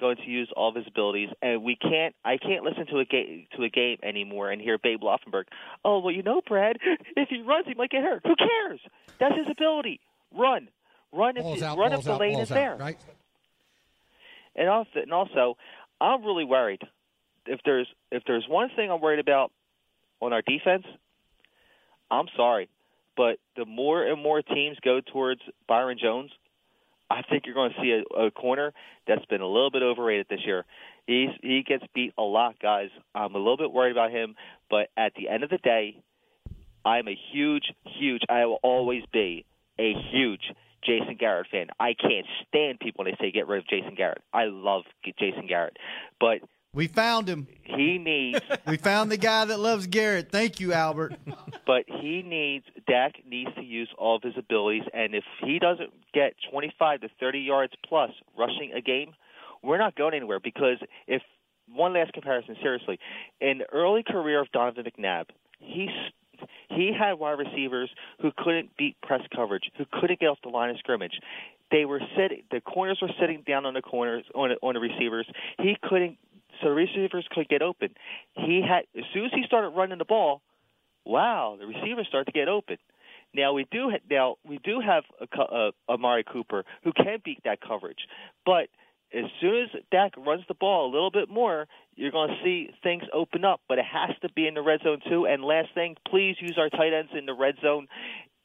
Speaker 8: going to use all of his abilities? And we can't. I can't listen to a game to a game anymore and hear Babe Loffenberg. Oh well, you know, Brad. If he runs, he might get hurt. Who cares? That's his ability. Run, run if
Speaker 9: Balls
Speaker 8: the,
Speaker 9: out,
Speaker 8: run if
Speaker 9: balls
Speaker 8: the
Speaker 9: out,
Speaker 8: lane
Speaker 9: balls
Speaker 8: is
Speaker 9: out,
Speaker 8: there.
Speaker 9: right?
Speaker 8: And also, and also, I'm really worried. If there's if there's one thing I'm worried about on our defense, I'm sorry, but the more and more teams go towards Byron Jones, I think you're going to see a, a corner that's been a little bit overrated this year. He's he gets beat a lot, guys. I'm a little bit worried about him, but at the end of the day, I'm a huge, huge. I will always be a huge Jason Garrett fan. I can't stand people when they say get rid of Jason Garrett. I love Jason Garrett, but
Speaker 6: We found him.
Speaker 8: he [laughs] needs
Speaker 6: We found the guy that loves Garrett. Thank you, Albert.
Speaker 8: but he needs Dak needs to use all of his abilities, and if he doesn't get 25 to 30 yards plus rushing a game, we're not going anywhere. Because if one last comparison, seriously, in the early career of Donovan McNabb, he s- he had wide receivers who couldn't beat press coverage, who couldn't get off the line of scrimmage. They were sitting, the corners were sitting down on the corners on the, on the receivers. He couldn't, so the receivers could get open. He had as soon as he started running the ball, wow, the receivers start to get open. Now we do ha- now we do have a, co- a, Amari Cooper who can beat that coverage, but as soon as Dak runs the ball a little bit more, you're going to see things open up. But it has to be in the red zone too. And last thing, please use our tight ends in the red zone.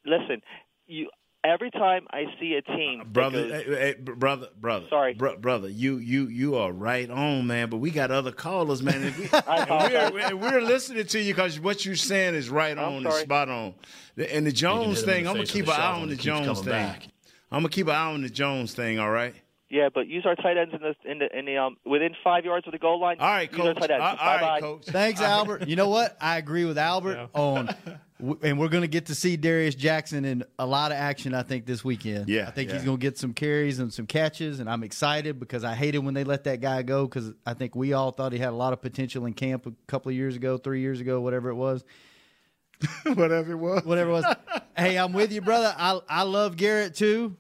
Speaker 8: Listen, you Every time I see a team, that
Speaker 5: brother,
Speaker 8: goes-
Speaker 5: eh, eh, brother, brother.
Speaker 8: Sorry.
Speaker 5: Bro- brother. You, you, you are right on, man. But we got other callers, man.
Speaker 8: [laughs]
Speaker 5: And we, and we're, and we're listening to you because what you're saying is right on and
Speaker 8: sorry.
Speaker 5: spot on. And the Jones
Speaker 9: hit him in
Speaker 5: thing,
Speaker 9: the
Speaker 5: I'm gonna
Speaker 9: face with
Speaker 5: keep
Speaker 9: a
Speaker 5: an eye
Speaker 9: shovel
Speaker 5: on
Speaker 9: and
Speaker 5: the
Speaker 9: it keeps
Speaker 5: Jones
Speaker 9: coming
Speaker 5: thing.
Speaker 9: back.
Speaker 5: I'm gonna keep an eye on the Jones thing. All right.
Speaker 8: yeah, but use our tight ends in the in the, in the um within five yards of the goal line.
Speaker 5: All right,
Speaker 8: use our
Speaker 5: coach. Uh,
Speaker 8: tight ends.
Speaker 5: All- all
Speaker 8: Bye-bye.
Speaker 5: right, coach. [laughs]
Speaker 6: Thanks, Albert. You know what? I agree with Albert on, w- and we're going to get to see Darius Jackson in a lot of action. I think this weekend.
Speaker 5: Yeah,
Speaker 6: I think he's
Speaker 5: yeah.
Speaker 6: going to get some carries and some catches, and I'm excited because I hated when they let that guy go because I think we all thought he had a lot of potential in camp a couple of years ago, three years ago, whatever it was
Speaker 5: Whatever it was.
Speaker 6: whatever it was. hey, I'm with you, brother. I I love Garrett too.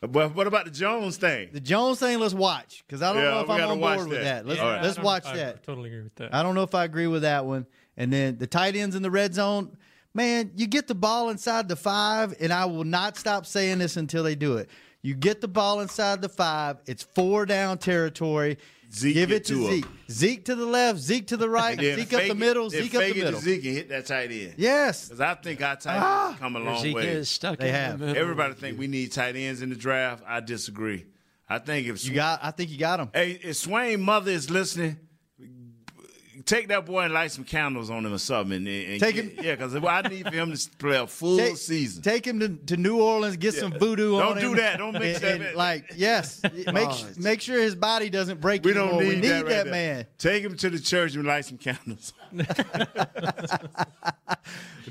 Speaker 5: But what about the Jones thing?
Speaker 6: The Jones thing, let's watch because I don't
Speaker 5: Yeah,
Speaker 6: know if
Speaker 5: we
Speaker 6: I'm
Speaker 5: gotta
Speaker 6: on
Speaker 5: watch
Speaker 6: board with
Speaker 5: that.
Speaker 6: that. Let's
Speaker 5: Yeah, All right.
Speaker 6: let's
Speaker 7: I don't-
Speaker 6: watch
Speaker 7: I
Speaker 6: that.
Speaker 7: Totally agree with that.
Speaker 6: I don't know if I agree with that one. And then the tight ends in the red zone, man, you get the ball inside the five, and I will not stop saying this until they do it. You get the ball inside the five. It's four down territory.
Speaker 5: Zeke
Speaker 6: Give
Speaker 5: get
Speaker 6: it to,
Speaker 5: to 'em.
Speaker 6: Zeke. Zeke to the left. Zeke to the right.
Speaker 5: Then
Speaker 6: Zeke up
Speaker 5: fake
Speaker 6: the
Speaker 5: it-
Speaker 6: middle.
Speaker 5: then
Speaker 6: Zeke up
Speaker 5: fake
Speaker 6: the
Speaker 5: it to
Speaker 6: middle.
Speaker 5: Zeke and hit that tight end.
Speaker 6: Yes.
Speaker 5: Because I think our tight ends
Speaker 6: Ah!
Speaker 5: come a long
Speaker 2: Zeke
Speaker 5: way.
Speaker 2: is stuck.
Speaker 6: They
Speaker 2: in the
Speaker 6: have.
Speaker 2: middle.
Speaker 5: Everybody think we need tight ends in the draft. I disagree. I think if
Speaker 6: You got. I think you got him.
Speaker 5: hey, if Swain mother is listening, take that boy and light some candles on him or something. And, and
Speaker 6: Take
Speaker 5: get-
Speaker 6: him-
Speaker 5: yeah, because I need for him to play a full
Speaker 6: take,
Speaker 5: season.
Speaker 6: Take him to, to New Orleans, get some voodoo
Speaker 5: Don't
Speaker 6: on him.
Speaker 5: do that. Don't
Speaker 6: [laughs]
Speaker 5: mix
Speaker 6: and,
Speaker 5: that
Speaker 6: and,
Speaker 5: in.
Speaker 6: Like,
Speaker 5: [laughs]
Speaker 6: yes, make make sure his body doesn't break.
Speaker 5: we don't
Speaker 6: anymore.
Speaker 5: need,
Speaker 6: we need
Speaker 5: that, right there.
Speaker 6: man.
Speaker 5: Take him to the church and light some candles. [laughs]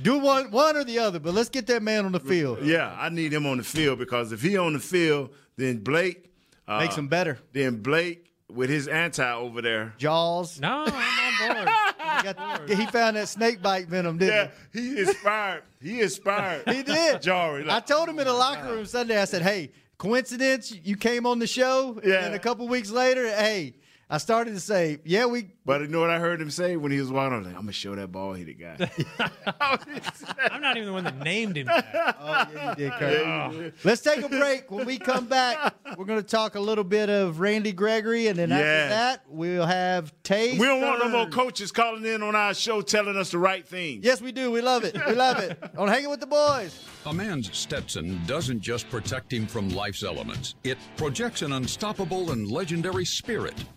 Speaker 6: Do one one or the other, but let's get that man on the field.
Speaker 5: yeah, I need him on the field because if he on the field, then Blake uh,
Speaker 6: Makes him better.
Speaker 5: Then Blake with his anti over there.
Speaker 6: Jaws.
Speaker 7: No, I'm on board.
Speaker 6: He got- he found that snake bite venom, didn't [laughs]
Speaker 5: Yeah, he inspired. he inspired.
Speaker 6: he? He did.
Speaker 5: Jari.
Speaker 6: I told him in the locker room Sunday. I said, "Hey, coincidence? You came on the show,
Speaker 5: Yeah.
Speaker 6: and a couple weeks later, hey." I started to say, yeah, we
Speaker 5: But you know what I heard him say when he was walking? I was like, I'm gonna show that ball
Speaker 6: [laughs]
Speaker 5: headed guy.
Speaker 7: I'm not even the one that named him. That.
Speaker 6: [laughs] did, Kurt. Let's take a break. When we come back, we're going to talk a little bit of Randy Gregory, and then
Speaker 5: Yes.
Speaker 6: after that, we'll have Tay.
Speaker 5: we don't want no
Speaker 6: Stern.
Speaker 5: more coaches calling in on our show telling us the right thing.
Speaker 6: Yes, we do. We love it. We love it. On Hanging with the Boys.
Speaker 10: A man's Stetson doesn't just protect him from life's elements, it projects an unstoppable and legendary spirit,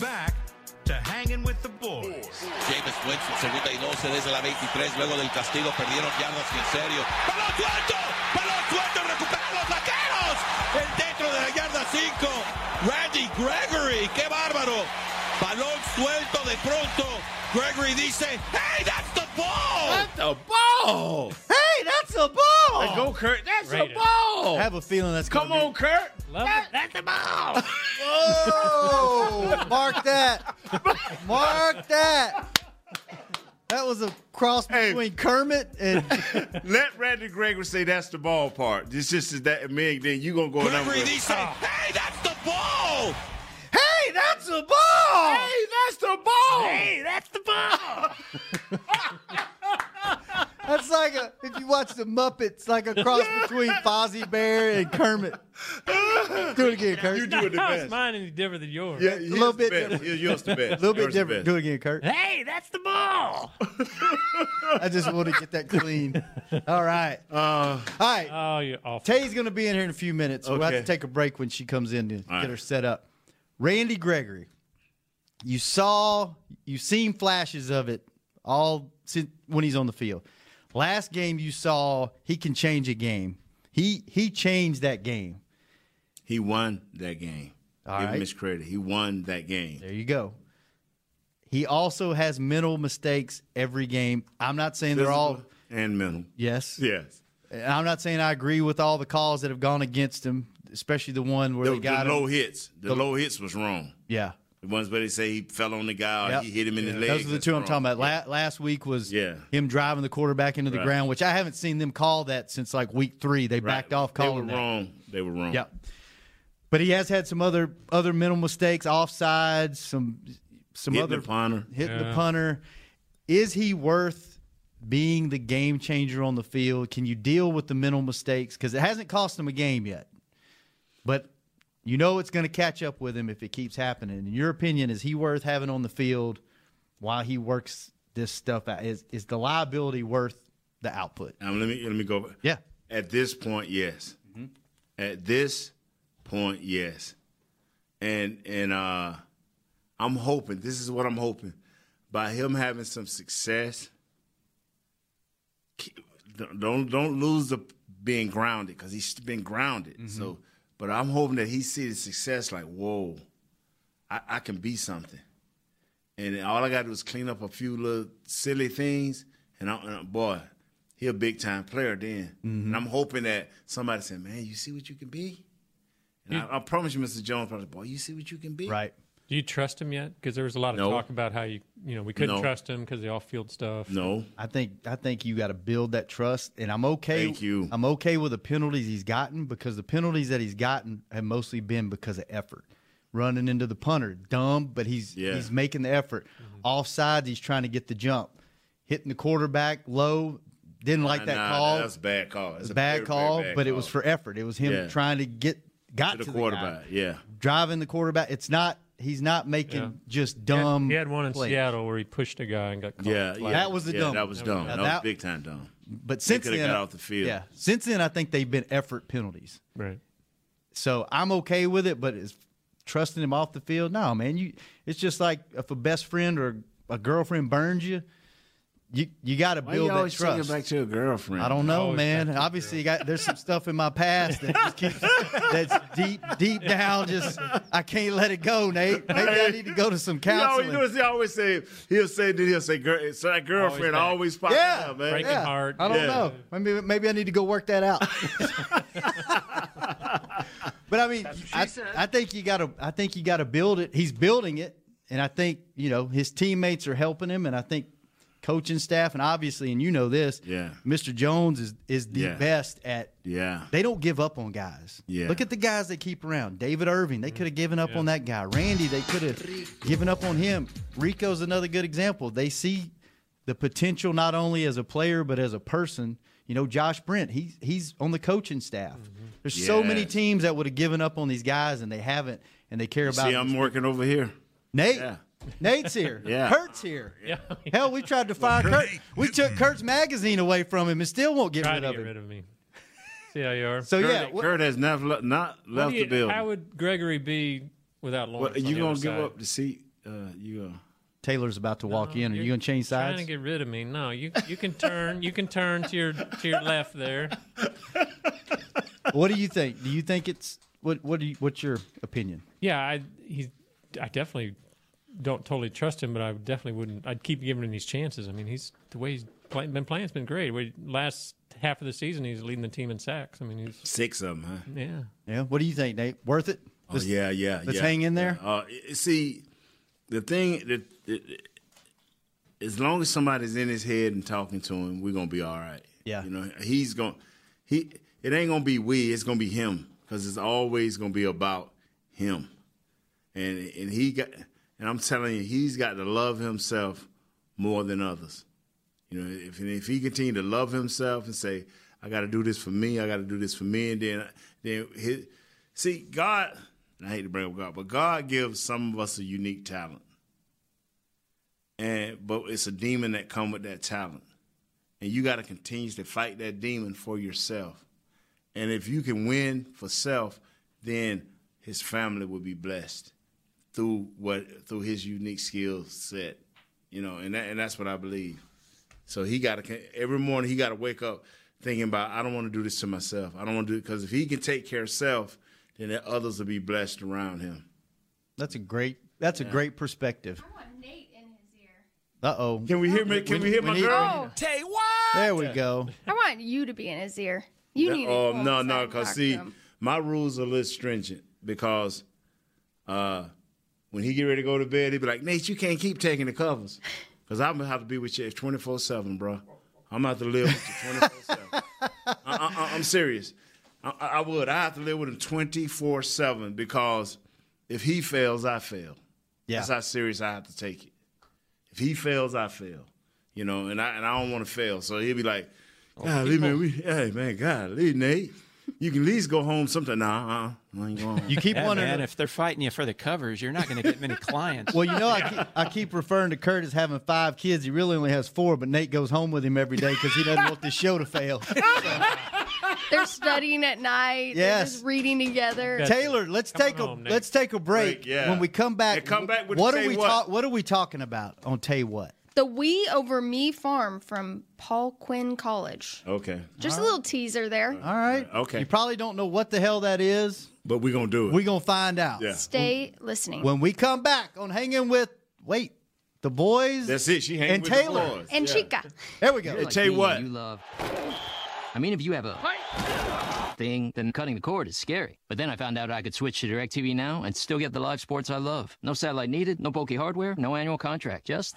Speaker 4: Back to hanging with the boys.
Speaker 3: James Winston, segunda y 12 desde la 23. Luego del castigo perdieron yardas y en serio. ¡Balón suelto! ¡Balón suelto! ¡Recuperan los vaqueros! El dentro de la yarda 5. Randy Gregory. ¡Qué bárbaro! Balón suelto de pronto. Gregory dice, ¡Hey, that's the ball!
Speaker 5: The ball.
Speaker 6: Hey, that's That's a ball.
Speaker 5: Let's go, Kurt. That's
Speaker 7: Raiders.
Speaker 5: a ball.
Speaker 6: I have a feeling that's
Speaker 5: Come
Speaker 6: gonna
Speaker 5: on, Kurt.
Speaker 7: Love
Speaker 5: That- that's a ball.
Speaker 6: Be- Whoa! Mark that. Mark that. That was a cross
Speaker 5: Hey.
Speaker 6: between Kermit and
Speaker 5: Let Randy Gregory say that's the ball part. It's just that me, then you gonna go and I'm
Speaker 3: Gregory
Speaker 5: gonna-
Speaker 3: dice, hey, that's the ball.
Speaker 5: Hey, that's a ball. Hey, that's the ball. Hey, that's the [laughs] ball.
Speaker 6: that's like a if you watch the Muppets, like a cross between Fozzie Bear and Kermit. Do it again, Kurt.
Speaker 5: You do
Speaker 6: [laughs]
Speaker 5: it the
Speaker 7: How is
Speaker 5: best.
Speaker 7: mine any different than yours?
Speaker 5: Yeah, a
Speaker 6: little bit different.
Speaker 5: Yours the best.
Speaker 6: A little bit different. Do it again, Kurt.
Speaker 7: Hey, that's the ball.
Speaker 6: I just want to get that clean. All right.
Speaker 5: Uh,
Speaker 6: All right.
Speaker 7: Oh, you're awful.
Speaker 6: Tay's going to be in here in a few minutes. We'll have to
Speaker 5: Okay.
Speaker 6: take a break when she comes in to get
Speaker 5: right.
Speaker 6: her set up. Randy Gregory, you saw, you've seen flashes of it all since when he's on the field. Last game you saw, he can change a game. He he changed that game.
Speaker 5: He won that game.
Speaker 6: All
Speaker 5: Give
Speaker 6: right.
Speaker 5: him his credit. He won that game.
Speaker 6: There you go. He also has mental mistakes every game. I'm not saying they're all
Speaker 5: Physical and mental.
Speaker 6: yes.
Speaker 5: Yes.
Speaker 6: And I'm not saying I agree with all the calls that have gone against him, especially the one where
Speaker 5: The,
Speaker 6: they got
Speaker 5: the
Speaker 6: him.
Speaker 5: low hits. The, low hits was wrong.
Speaker 6: Yeah.
Speaker 5: The ones where they say he fell on the guy or
Speaker 6: Yep.
Speaker 5: he hit him in the leg.
Speaker 6: Those are the
Speaker 5: That's
Speaker 6: two I'm
Speaker 5: wrong.
Speaker 6: talking about. La- last week was
Speaker 5: Yeah.
Speaker 6: him driving the quarterback into the
Speaker 5: Right.
Speaker 6: ground, which I haven't seen them call that since like week three. They
Speaker 5: Right.
Speaker 6: backed off
Speaker 5: They were
Speaker 6: calling that.
Speaker 5: wrong. They were wrong.
Speaker 6: Yeah. But he has had some other other mental mistakes, offsides, some some
Speaker 5: Hitting
Speaker 6: other
Speaker 5: the punter.
Speaker 6: hitting the punter. Is he worth being the game changer on the field? Can you deal with the mental mistakes? Because it hasn't cost him a game yet, but you know it's going to catch up with him if it keeps happening. In your opinion, is he worth having on the field while he works this stuff out? Is is the liability worth the output?
Speaker 5: Um, let me let me go.
Speaker 6: Yeah. Mm-hmm.
Speaker 5: At this point, yes. At this point, yes. And and uh I'm hoping, this is what I'm hoping. By him having some success, keep- don't- don't don't lose the being grounded because he's been grounded.
Speaker 6: Mm-hmm.
Speaker 5: So, but I'm hoping that he see the success like, whoa, I, I can be something. And all I got to do is clean up a few little silly things, and, I, and boy, he a big time player then.
Speaker 6: Mm-hmm.
Speaker 5: And I'm hoping that somebody said, "Man, you see what you can be." And I, I promise you, Mr. Jones, probably, boy, you see what you can be.
Speaker 6: Right.
Speaker 7: Do you trust him yet? Because there was a lot of
Speaker 5: No.
Speaker 7: talk about how you, you know, we couldn't
Speaker 5: No.
Speaker 7: trust him because the off-field stuff.
Speaker 5: No,
Speaker 6: I think I think you got to build that trust, and I'm okay.
Speaker 5: Thank you.
Speaker 6: I'm okay with the penalties he's gotten because the penalties that he's gotten have mostly been because of effort, running into the punter, dumb, but he's
Speaker 5: Yeah.
Speaker 6: he's making the effort.
Speaker 7: Mm-hmm.
Speaker 6: Offsides, he's trying to get the jump, hitting the quarterback low. Didn't like that
Speaker 5: Nah,
Speaker 6: call.
Speaker 5: That's a bad call.
Speaker 6: It was
Speaker 5: That's
Speaker 6: a
Speaker 5: a
Speaker 6: bad
Speaker 5: very, very
Speaker 6: call,
Speaker 5: bad
Speaker 6: but it was
Speaker 5: call.
Speaker 6: for effort. It was him
Speaker 5: Yeah.
Speaker 6: trying to get got
Speaker 5: to the
Speaker 6: guy,
Speaker 5: quarterback. yeah,
Speaker 6: driving the quarterback. It's not. He's not making
Speaker 7: Yeah.
Speaker 6: just
Speaker 7: He had-
Speaker 6: dumb.
Speaker 7: He had one in
Speaker 6: plays.
Speaker 7: Seattle where he pushed a guy and got caught.
Speaker 5: yeah, yeah.
Speaker 6: That was the
Speaker 5: yeah,
Speaker 6: dumb
Speaker 5: That
Speaker 6: one.
Speaker 5: was dumb.
Speaker 6: Now
Speaker 5: That, was
Speaker 6: that-
Speaker 5: big time dumb.
Speaker 6: But since
Speaker 5: coulda
Speaker 6: then,
Speaker 5: got off the field.
Speaker 6: Yeah. Since then, I think they've been effort penalties.
Speaker 7: Right.
Speaker 6: So I'm okay with it, but is trusting him off the field? No, man. You, it's just like if a best friend or a girlfriend burns you, you you got to build that trust.
Speaker 5: to your girlfriend?
Speaker 6: I don't know,
Speaker 7: Always
Speaker 6: man. Obviously, you got, there's some stuff in my past that just keeps that's deep deep down. Just I can't let it go, Nate. Maybe I need to go to some
Speaker 5: He always,
Speaker 6: counseling.
Speaker 5: do is he always say he'll say that he'll say girl so that girlfriend
Speaker 7: back.
Speaker 5: always pops
Speaker 6: Yeah.
Speaker 5: up, man.
Speaker 7: Breaking
Speaker 6: Yeah,
Speaker 7: heart.
Speaker 6: I don't
Speaker 5: Yeah.
Speaker 6: know. Maybe maybe I need to go work that
Speaker 5: [laughs]
Speaker 6: out. but I mean, I, I think you got to I think you got to build it. He's building it, and I think you know his teammates are helping him, and I think coaching staff and obviously, and you know this,
Speaker 5: Yeah.
Speaker 6: Mr. Jones is is the
Speaker 5: Yeah.
Speaker 6: best at.
Speaker 5: Yeah.
Speaker 6: They don't give up on guys.
Speaker 5: Yeah.
Speaker 6: Look at the guys they keep around. David Irving,
Speaker 7: Mm.
Speaker 6: they could have given up on that guy. Randy, they could have given up on him. Rico's another good example. They see the potential not only as a player but as a person. You know, Josh Brent, he's he's on the coaching staff.
Speaker 7: Mm-hmm.
Speaker 6: There's so many
Speaker 5: Yes.
Speaker 6: teams that would have given up on these guys and they haven't, and they care about
Speaker 5: See,
Speaker 6: them.
Speaker 5: I'm working over here.
Speaker 6: Nate.
Speaker 5: Yeah.
Speaker 6: Nate's here.
Speaker 5: [laughs] Yeah.
Speaker 6: Kurt's here.
Speaker 7: Yeah.
Speaker 6: Hell, we tried to fire Kurt. We took Kurt's magazine away from him and still won't get
Speaker 7: Try
Speaker 6: rid
Speaker 7: to
Speaker 6: of
Speaker 7: get
Speaker 6: him.
Speaker 7: rid of me. [laughs] See how you are.
Speaker 6: so
Speaker 5: Kurt,
Speaker 6: Oh, yeah, what-
Speaker 5: Kurt has never le- not
Speaker 7: How
Speaker 5: left
Speaker 7: do
Speaker 5: the
Speaker 7: you-
Speaker 5: building.
Speaker 7: How would Gregory be without
Speaker 5: well,
Speaker 7: Lawrence? on
Speaker 5: you
Speaker 7: the
Speaker 5: gonna
Speaker 7: other
Speaker 5: give
Speaker 7: side?
Speaker 5: up the seat? Uh, you gonna
Speaker 6: Taylor's about to walk in. Are you
Speaker 7: You're
Speaker 6: gonna change sides?
Speaker 7: Trying to get rid of me? No, you you can turn you can turn to your to your left there.
Speaker 6: what do you think? Do you think it's what? What do you? What's your opinion?
Speaker 7: Yeah, I he's I definitely don't totally trust him, but I definitely wouldn't. I'd keep giving him these chances. I mean, he's the way he's play, been playing has been great. We last half of the season, he's leading the team in sacks. I mean, he's
Speaker 5: six of them, huh?
Speaker 7: yeah.
Speaker 6: Yeah. What do you think, Nate? Worth it?
Speaker 5: Oh, yeah, yeah.
Speaker 6: Let's
Speaker 5: yeah.
Speaker 6: hang in there.
Speaker 5: Uh, y- see, the thing that that- as long as somebody's in his head and talking to him, we're gonna be all right.
Speaker 6: Yeah.
Speaker 5: you know, he's gonna he. It ain't gonna be we. It's gonna be him because it's always gonna be about him. And and he got and I'm telling you, he's got to love himself more than others. You know, if if he continue to love himself and say, "I got to do this for me, I got to do this for me," and then then his, see God, and I hate to bring up God, but God gives some of us a unique talent, and but it's a demon that come with that talent, and you got to continuously fight that demon for yourself, and if you can win for self, then his family will be blessed through what through his unique skill set, you know, and that, and that's what I believe. So he got to every morning he got to wake up thinking about I don't want to do this to myself. I don't want to do it because if he can take care of self, then the others will be blessed around him.
Speaker 6: That's a great. That's a great perspective. Uh oh.
Speaker 5: Can we hear me? Can we hear my
Speaker 6: need-
Speaker 5: girl?
Speaker 11: Tay, what?
Speaker 6: There we go.
Speaker 11: I want you to be in his ear. You need
Speaker 5: Oh
Speaker 11: to go
Speaker 5: no,
Speaker 11: outside
Speaker 5: no,
Speaker 11: and
Speaker 5: because
Speaker 11: talk to
Speaker 5: see,
Speaker 11: him.
Speaker 5: my rules are a little stringent because uh, when he get ready to go to bed, he be like, Nate, you can't keep taking the covers because I'm gonna have to be with you twenty four seven, bro. I'm gonna have to live with you twenty four seven. I'm serious. I, I I would. I have to live with him twenty four seven because if he fails, I fail.
Speaker 6: Yeah.
Speaker 5: That's how serious I have to take it. If he fails, I fail. You know, and I and I don't want to fail. So he'll be like, Golly, man, we, hey man, golly, Nate. You can at least go home sometime. Nah, uh, I ain't going home.
Speaker 6: You keep
Speaker 2: Yeah,
Speaker 6: wondering.
Speaker 2: man, if they're fighting you for the covers, you're not going to get
Speaker 5: [laughs]
Speaker 2: many clients.
Speaker 6: Well, you know, I keep, I keep referring to Kurt as having five kids. He really only has four, but Nate goes home with him every day because he doesn't want this show to fail.
Speaker 5: [laughs]
Speaker 11: They're studying at night. They're
Speaker 6: Yes.
Speaker 11: just reading together.
Speaker 6: Taylor, let's
Speaker 7: Coming
Speaker 6: take a
Speaker 7: home, Nate.
Speaker 6: let's take a break.
Speaker 5: Break, yeah.
Speaker 6: When we come back,
Speaker 5: And come back with
Speaker 6: what
Speaker 5: Tay
Speaker 6: are we
Speaker 5: What.
Speaker 6: talk- What are we talking about on Tay What?
Speaker 11: The We Over Me Farm from Paul Quinn College.
Speaker 5: Okay,
Speaker 11: Just a little teaser there.
Speaker 5: Uh-huh.
Speaker 6: All right.
Speaker 5: Uh, Okay.
Speaker 6: You probably don't know what the hell that is.
Speaker 5: but we're gonna do it.
Speaker 6: We're gonna find out.
Speaker 5: yeah,
Speaker 11: Stay listening.
Speaker 6: When we come back on hanging with wait the boys.
Speaker 5: that's it. She hanging
Speaker 6: And
Speaker 5: with
Speaker 6: Taylor.
Speaker 5: the boys.
Speaker 11: and
Speaker 5: yeah.
Speaker 11: Chica.
Speaker 6: There we go.
Speaker 5: Hey, tell you what,
Speaker 12: love. I mean, if you have a thing, then cutting the cord is scary. But then I found out I could switch to DirecTV Now and still get the live sports I love. No satellite needed, no bulky hardware, no annual contract, just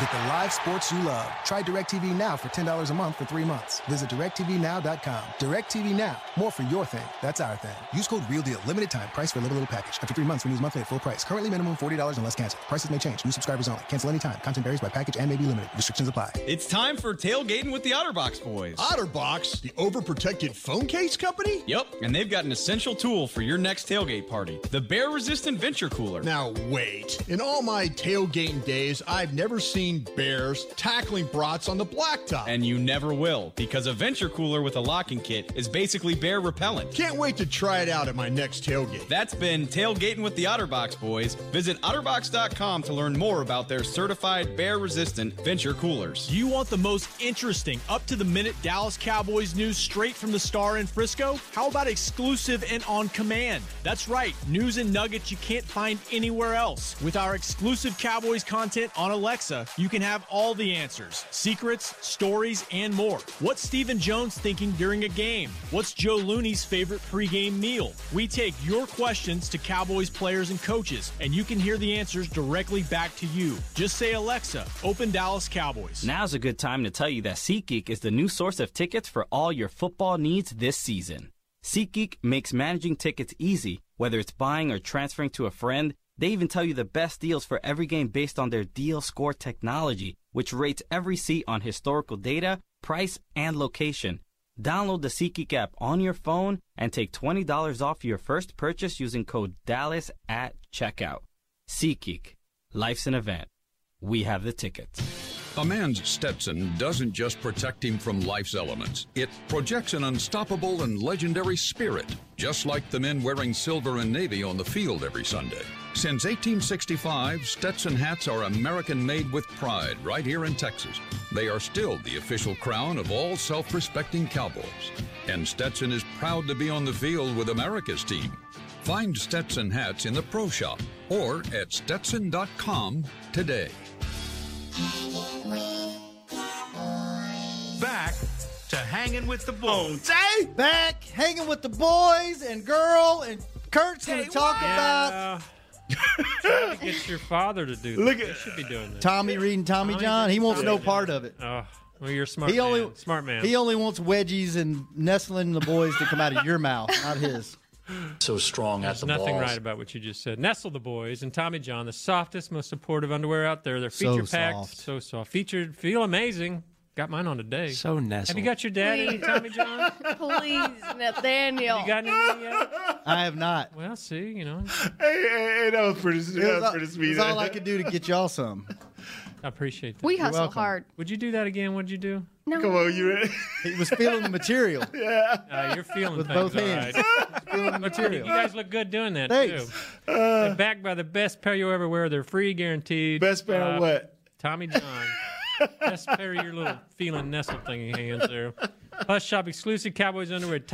Speaker 13: Get the live sports you love. Try DirecTV Now for $10 a month for three months. Visit DirecTVNow.com. DirecTV Now. More for your thing. That's our thing. Use code REALDEAL. Limited time. Price for little, little package. After three months, renews monthly at full price. Currently minimum $40 unless canceled. Prices may change. New subscribers only. Cancel anytime. Content varies by package and may be limited. Restrictions apply.
Speaker 14: It's time for tailgating with the Otterbox boys.
Speaker 13: Otterbox, the overprotected phone case company?
Speaker 14: Yep, and they've got an essential tool for your next tailgate party the bear resistant venture cooler.
Speaker 13: Now, wait. In all my tailgating days, I've never seen bears tackling brats on the blacktop.
Speaker 14: And you never will, because a venture cooler with a locking kit is basically bear repellent.
Speaker 13: Can't wait to try it out at my next tailgate.
Speaker 14: That's been Tailgating with the Otterbox Boys. Visit Otterbox.com to learn more about their certified bear resistant venture coolers.
Speaker 15: You want the most interesting, up to the minute Dallas Cowboys news straight from the star in Frisco? How about exclusive and on command? That's right, news and nuggets you can't find anywhere else. With our exclusive Cowboys content on Alexa, you can have all the answers secrets, stories, and more. What's Stephen Jones thinking during a game? What's Joe Looney's favorite pregame meal? We take your questions to Cowboys players and coaches, and you can hear the answers directly back to you. Just say, Alexa, open Dallas Cowboys.
Speaker 16: Now's a good time to tell you that SeatGeek is the new source of tickets for all your football needs this season. SeatGeek makes managing tickets easy, whether it's buying or transferring to a friend. They even tell you the best deals for every game based on their deal score technology, which rates every seat on historical data, price, and location. Download the SeatGeek app on your phone and take $20 off your first purchase using code DALLAS at checkout. SeatGeek. Life's an event. We have the tickets.
Speaker 10: A man's Stetson doesn't just protect him from life's elements, it projects an unstoppable and legendary spirit, just like the men wearing silver and navy on the field every Sunday. Since 1865, Stetson hats are American made with pride right here in Texas. They are still the official crown of all self respecting cowboys. And Stetson is proud to be on the field with America's team. Find Stetson hats in the pro shop or at stetson.com today.
Speaker 4: Back Hanging with the boys.
Speaker 6: Back hanging with the boys and girl and Kurt's going to talk
Speaker 7: [laughs]
Speaker 6: about
Speaker 7: Try to get your father to do that.
Speaker 6: Look
Speaker 7: Look at, he should be doing this.
Speaker 6: Tommy Reed and Tommy John. He wants no part of it.
Speaker 7: Oh, well, you're a smart
Speaker 6: He only-
Speaker 7: man. Smart man.
Speaker 6: He only wants wedgies and nestling the boys that come out of your mouth, not his.
Speaker 7: so strong
Speaker 6: at the
Speaker 7: nothing
Speaker 6: balls.
Speaker 7: right about what you just said. Nestle the boys and Tommy John, the softest, most supportive underwear out there. They're
Speaker 2: So
Speaker 7: feature packed,
Speaker 2: soft.
Speaker 7: so soft. Featured, feel amazing. Got mine on today.
Speaker 2: So nestled.
Speaker 7: Have you got your dad any Tommy John?
Speaker 11: [laughs] Please, Nathaniel. You
Speaker 7: got any yet?
Speaker 6: I have
Speaker 5: [laughs]
Speaker 6: not.
Speaker 7: Well, see, you know.
Speaker 5: Hey, hey, hey, that was pretty, that was pretty sweet. eh?
Speaker 6: That's all I could do to get y'all some.
Speaker 7: I appreciate that.
Speaker 11: We hustle hard.
Speaker 7: Would you do that again? What'd you do?
Speaker 11: No.
Speaker 6: He was feeling the material.
Speaker 5: [laughs] Yeah.
Speaker 7: Uh, you're feeling
Speaker 6: With
Speaker 7: things,
Speaker 6: both
Speaker 7: all
Speaker 6: hands.
Speaker 7: right.
Speaker 6: [laughs] Feeling the
Speaker 7: Look pretty-
Speaker 6: material.
Speaker 7: You guys look good doing that
Speaker 6: Thanks.
Speaker 7: too. They're backed by the best pair you'll ever wear. They're free, guaranteed. Best
Speaker 5: pair of what?
Speaker 7: Tommy John. best pair of your little feeling nestle thingy hands there. Plus, shop exclusive Cowboys underwear. at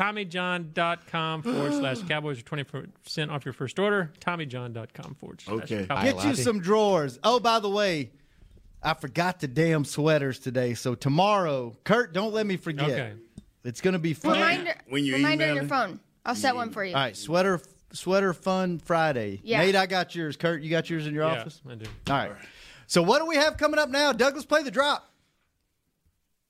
Speaker 7: TommyJohn.com forward slash Cowboys for 20% off your first order. TommyJohn.com forward slash Cowboys.
Speaker 6: Get you some drawers. Oh, by the way, I forgot the damn sweaters today. So tomorrow, Kurt, don't let me forget.
Speaker 7: Okay.
Speaker 6: It's going to be fun.
Speaker 11: Reminder, reminder on your phone. I'll set one for you.
Speaker 6: All right, sweater sweater fun Friday.
Speaker 11: Yeah.
Speaker 6: Nate, I got yours. Kurt, you got yours in your
Speaker 7: Yeah,
Speaker 6: office?
Speaker 7: I do.
Speaker 6: All right. So what do we have coming up now? Douglas, play the drop.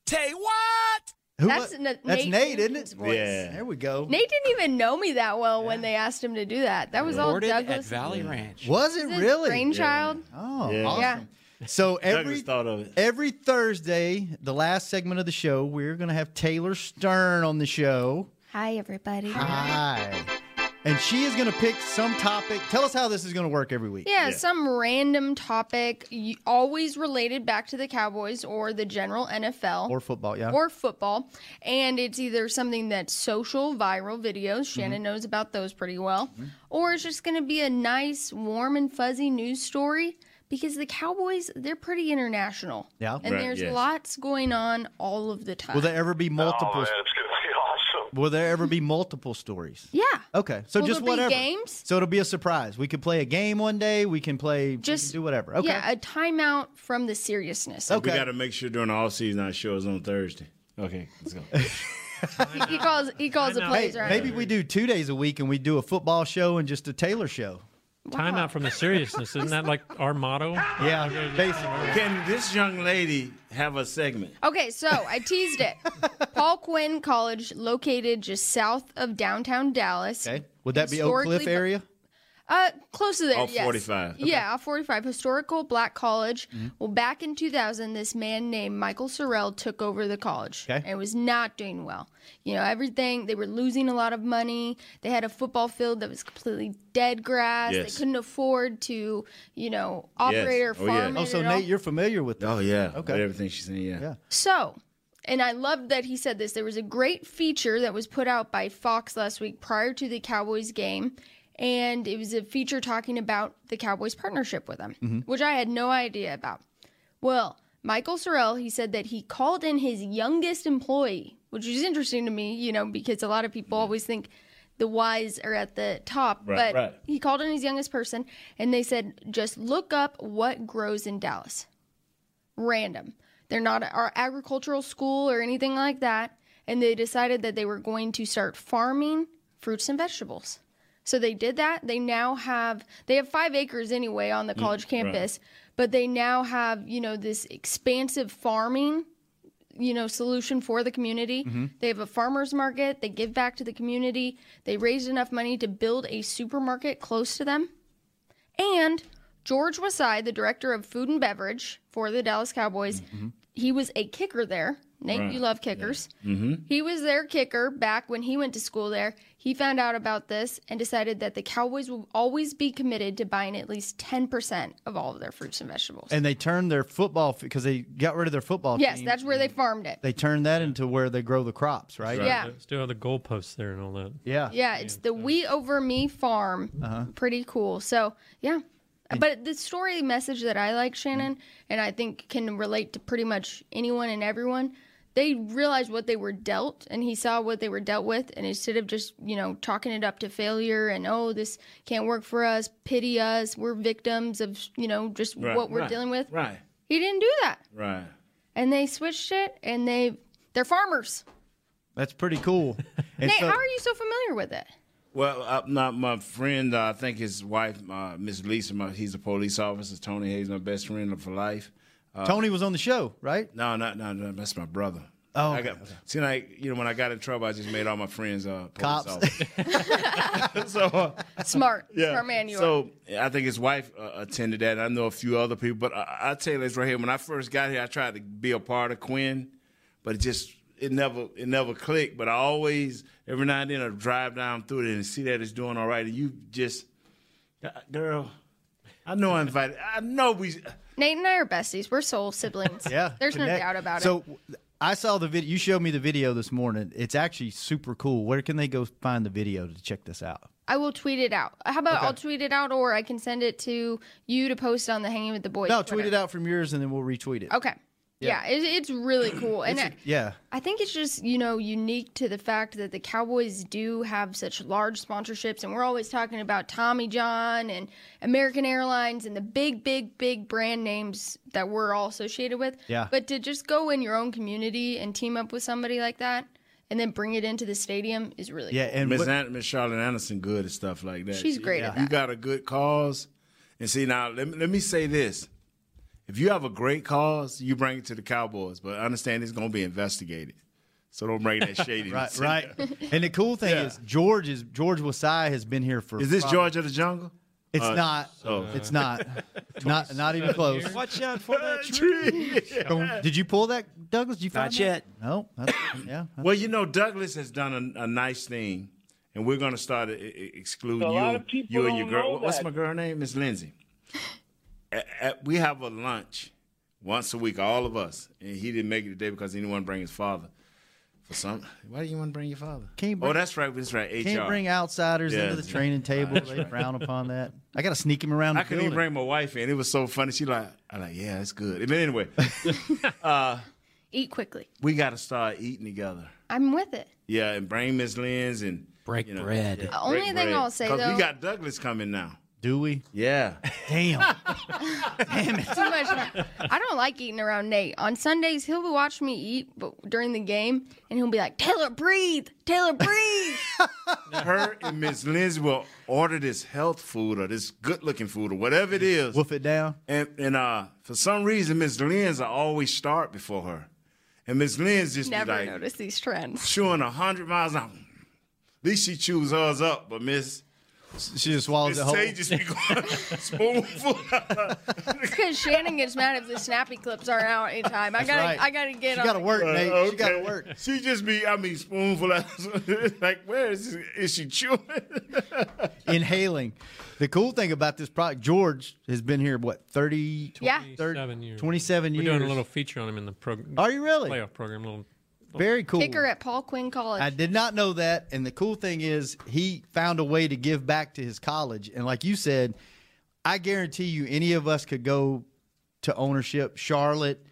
Speaker 11: Tay what?
Speaker 6: Who
Speaker 11: That's,
Speaker 6: wa-
Speaker 11: Na-
Speaker 6: That's
Speaker 11: Nate,
Speaker 6: Nate, isn't it?
Speaker 11: voice.
Speaker 6: There we go.
Speaker 11: Nate didn't even know me that well when they asked him to do that. That was
Speaker 2: Recorded
Speaker 11: all
Speaker 2: at
Speaker 11: Douglas.
Speaker 2: Valley Ranch.
Speaker 6: Was
Speaker 11: This
Speaker 6: it
Speaker 11: is his
Speaker 6: really?
Speaker 11: Brainchild.
Speaker 6: Oh,
Speaker 11: Yeah.
Speaker 6: awesome.
Speaker 11: Yeah.
Speaker 6: So
Speaker 5: Douglas
Speaker 6: every
Speaker 5: thought of it.
Speaker 6: every Thursday, the last segment of the show, we're going to have Taylor Stern on the show.
Speaker 11: Hi, everybody.
Speaker 6: Hi. And she is going to pick some topic. Tell us how this is going to work every week.
Speaker 11: Yeah, some random topic, y- always related back to the Cowboys or the general NFL.
Speaker 6: or football, yeah.
Speaker 11: or football. And it's either something that's social, viral
Speaker 6: Mm-hmm.
Speaker 11: videos. Shannon knows about those pretty well. Or it's just going to be a nice, warm, and fuzzy news story because the Cowboys, they're pretty international.
Speaker 6: Yeah.
Speaker 11: And
Speaker 6: Right,
Speaker 11: there's
Speaker 6: yes.
Speaker 11: lots going on all of the time.
Speaker 6: Will there ever be multiple? Will there ever be multiple stories?
Speaker 11: Yeah.
Speaker 6: Okay, so
Speaker 11: Will
Speaker 6: just
Speaker 11: there be
Speaker 6: whatever.
Speaker 11: games?
Speaker 6: So it'll be a surprise. We can play a game one day. We can play. Just do whatever. Okay.
Speaker 11: Yeah, a timeout from the seriousness.
Speaker 5: We got to make sure during the off season our show is on Thursday. Okay, let's go.
Speaker 11: he, he calls he calls the plays
Speaker 6: Hey,
Speaker 11: right.
Speaker 6: Maybe we do two days a week and we do a football show and just a Taylor show.
Speaker 7: Time out from the seriousness. Isn't that like our
Speaker 11: [laughs]
Speaker 7: motto?
Speaker 6: Yeah,
Speaker 7: basically.
Speaker 5: [laughs] Can this young lady have a segment?
Speaker 11: Okay, so I
Speaker 6: [laughs]
Speaker 11: teased it. Paul Quinn College, located just south of downtown Dallas.
Speaker 6: Okay. Would that be Oak
Speaker 11: Historically
Speaker 6: Cliff
Speaker 11: bu-
Speaker 6: area?
Speaker 11: Uh, close to there.
Speaker 6: Off
Speaker 11: yes.
Speaker 6: 45. Okay.
Speaker 11: Yeah, off 45. Historical Black College.
Speaker 6: Mhm.
Speaker 11: Well, back in 2000, this man named Michael Sorrell took over the college
Speaker 17: Okay.
Speaker 11: and was not doing well. You know, everything, they were losing a lot of money. They had a football field that was completely dead grass.
Speaker 6: Yes.
Speaker 11: They couldn't afford to, you know, operate or farm it
Speaker 6: Oh, so
Speaker 11: at all.
Speaker 6: Nate, you're familiar with this.
Speaker 5: Oh, yeah.
Speaker 6: Okay.
Speaker 5: With everything she's saying, yeah.
Speaker 11: So, and I love that he said this. There was a great feature that was put out by Fox last week prior to the Cowboys game, and it was a feature talking about the Cowboys' partnership with them,
Speaker 17: Mhm.
Speaker 11: which I had no idea about. Well, Michael Sorrell, he said that he called in his youngest employee, which is interesting to me, you know, because a lot of people always think the wise are at the top,
Speaker 17: Right,
Speaker 11: but
Speaker 17: right.
Speaker 11: he called in his youngest person and they said, just look up what grows in Dallas random. They're not at our agricultural school or anything like that. And they decided that they were going to start farming fruits and vegetables. So they did that. They now have they have five acres anyway on the
Speaker 17: Mm,
Speaker 11: college
Speaker 17: right.
Speaker 11: campus, but they now have, you know, this expansive farming, you know, solution for the community.
Speaker 17: Mhm.
Speaker 11: They have a farmers market, they give back to the community. They raised enough money to build a supermarket close to them. And George Wasai, the director of food and beverage for the Dallas Cowboys, he was a kicker there. Nate,
Speaker 17: Right.
Speaker 11: you love kickers.
Speaker 17: Mm-hmm.
Speaker 11: He was their kicker back when he went to school there. He found out about this and decided that the Cowboys will always be committed to buying at least 10% of all of their fruits and vegetables.
Speaker 6: And they turned their football because they got rid of their football
Speaker 11: yes,
Speaker 6: team.
Speaker 11: that's where they farmed it.
Speaker 6: they turned that into where they grow the crops, right?
Speaker 11: Yeah.
Speaker 7: Still have the goalposts there and all that.
Speaker 6: Yeah.
Speaker 11: Yeah, it's the We Over Me farm.
Speaker 7: Uh-huh.
Speaker 11: pretty cool. So yeah, but the story message that I like, Shannon, and I think can relate to pretty much anyone and everyone. They realized what they were dealt, and he saw what they were dealt with, and instead of just you know chalking it up to failure and oh this can't work for us, pity us, we're victims of you know just
Speaker 5: Right,
Speaker 11: what we're
Speaker 5: right,
Speaker 11: dealing with.
Speaker 5: Right,
Speaker 11: He didn't do that,
Speaker 5: right.
Speaker 11: and they switched it, and they they're farmers.
Speaker 6: That's pretty
Speaker 11: [laughs]
Speaker 6: cool.
Speaker 5: And
Speaker 11: Nate,
Speaker 5: so-
Speaker 11: how are you so familiar with
Speaker 5: [laughs]
Speaker 11: it?
Speaker 5: Well, uh, not my friend. Uh, I think his wife, uh, Miss Lisa. My, he's a police officer. Tony Hayes, my best friend for life. Uh,
Speaker 6: Tony was on the show, right?
Speaker 5: No, no, no, no. That's my brother.
Speaker 6: Oh,
Speaker 5: I got, see, like you know, when I got in trouble, I just made all my friends uh, police
Speaker 6: Cops.
Speaker 5: officers. [laughs] so uh,
Speaker 11: Smart,
Speaker 5: yeah.
Speaker 11: smart man you
Speaker 5: so I think his wife uh, attended that. I know a few other people, but I, I tell you this right here. When I first got here, I tried to be a part of Quinn, but it just it never it never clicked. But I always every now and then I drive down through it and see that it's doing all right. And you just, uh, girl, I know I invited. I know we.
Speaker 11: are. Nate and I are besties. We're soul siblings.
Speaker 6: [laughs] Yeah.
Speaker 11: There's no
Speaker 6: connect.
Speaker 11: doubt about
Speaker 6: so,
Speaker 11: it.
Speaker 6: w- I saw the video. You showed me the video this morning. It's actually super cool. Where can they go find the video to check this out?
Speaker 11: I will tweet it out. How about
Speaker 6: Okay.
Speaker 11: I'll tweet it out, or I can send it to you to post on the Hanging with the Boys.
Speaker 6: no,
Speaker 11: Twitter.
Speaker 6: tweet it out from yours and then we'll retweet it.
Speaker 11: Okay.
Speaker 6: Yeah.
Speaker 11: Yeah, it, it's really cool, and I,
Speaker 6: Yeah.
Speaker 11: I think it's just you know unique to the fact that the Cowboys do have such large sponsorships, and we're always talking about Tommy John and American Airlines and the big, big, big brand names that we're all associated with.
Speaker 17: Yeah.
Speaker 11: But to just go in your own community and team up with somebody like that, and then bring it into the stadium is really
Speaker 5: yeah,
Speaker 11: cool.
Speaker 5: and Miss, An- Miss Charlotte Anderson, good at stuff like that.
Speaker 11: She's great
Speaker 5: You,
Speaker 11: at
Speaker 5: you got a good cause, and see now. Let me, let me say this: if you have a great cause, you bring it to the Cowboys, but understand it's going to be investigated. So don't bring that shadiness.
Speaker 6: right,
Speaker 5: in
Speaker 6: right.
Speaker 5: there.
Speaker 11: [laughs]
Speaker 6: And the cool thing
Speaker 5: Yeah.
Speaker 6: is George is George Wasai has been here for.
Speaker 5: Is this
Speaker 6: probably-
Speaker 5: George of the Jungle?
Speaker 6: It's
Speaker 5: Uh,
Speaker 6: not.
Speaker 5: oh.
Speaker 6: It's
Speaker 5: [laughs]
Speaker 6: not. [laughs] not not even close.
Speaker 2: Watch out for that tree.
Speaker 6: Don't- Did you pull that, Douglas? Did you find that?
Speaker 5: Not yet.
Speaker 6: No. That's- yeah.
Speaker 5: Well, you know, Douglas has done a, a nice thing, and we're going to start uh, uh, excluding
Speaker 6: A
Speaker 5: you,
Speaker 6: lot
Speaker 5: and-
Speaker 6: of people
Speaker 5: you and your
Speaker 6: don't
Speaker 5: girl.
Speaker 6: know
Speaker 5: What's
Speaker 6: that.
Speaker 5: my girl name? Miss Lindsay. A- a- we have a lunch once a week, all of us, and he didn't make it today because he didn't want to bring his father. For some, why do you want to bring your father?
Speaker 6: Can't
Speaker 5: oh,
Speaker 6: bring-
Speaker 5: that's right. That's right. HR.
Speaker 6: Can't bring outsiders
Speaker 5: Yeah.
Speaker 6: into the training table.
Speaker 5: That's
Speaker 6: they
Speaker 5: right.
Speaker 6: frown upon that. I got to sneak him around.
Speaker 5: I
Speaker 6: the
Speaker 5: couldn't even
Speaker 6: building.
Speaker 5: bring my wife in. It was so funny. She like, I like, yeah, it's good. But
Speaker 6: [laughs]
Speaker 5: anyway, uh,
Speaker 11: Eat quickly.
Speaker 5: we got to start eating together.
Speaker 11: I'm with it.
Speaker 5: Yeah, and bring Miss Lynn's and break
Speaker 2: bread.
Speaker 11: The only thing I'll say, though-
Speaker 5: we got Douglas coming now.
Speaker 6: Do we?
Speaker 5: Yeah.
Speaker 6: [laughs] Damn.
Speaker 11: Too much. I don't like eating around Nate. On Sundays, he'll watch me eat, but during the game, and he'll be like, "Taylor, breathe. Taylor, breathe."
Speaker 5: [laughs] Her and Miss Lynn's will order this health food or this good looking food or whatever it is. Wolf
Speaker 6: it down.
Speaker 5: And and uh for some reason Miss Lynn's I always start before her. And Miss Lynn's just
Speaker 11: Never
Speaker 5: be like
Speaker 11: notice these trends.
Speaker 5: chewing hundred miles an hour. At least she chews hers up, but Miss
Speaker 6: she just swallows
Speaker 5: Miss
Speaker 6: it whole.
Speaker 5: Tay just be [laughs] going spoonful.
Speaker 11: Because Shannon gets mad if the snappy clips are out anytime. I
Speaker 5: That's
Speaker 11: gotta,
Speaker 5: right.
Speaker 11: I gotta get. on it.
Speaker 5: Uh,
Speaker 6: Nate. She gotta
Speaker 5: okay. She just be, I mean, spoonful. [laughs] of- like, where is this? is she chewing?
Speaker 6: inhaling. The cool thing about this product, George has been here what 30
Speaker 11: Yeah.
Speaker 6: 27
Speaker 7: years.
Speaker 6: 27
Speaker 7: We're
Speaker 6: years. Oh,
Speaker 7: doing a little feature on him in the program.
Speaker 6: Are you really?
Speaker 7: Playoff program. Little.
Speaker 6: very cool.
Speaker 11: Kicker at Paul Quinn College.
Speaker 6: I did not know that and the cool thing is he found a way to give back to his college and like you said, I guarantee you any of us could go to ownership Charlotte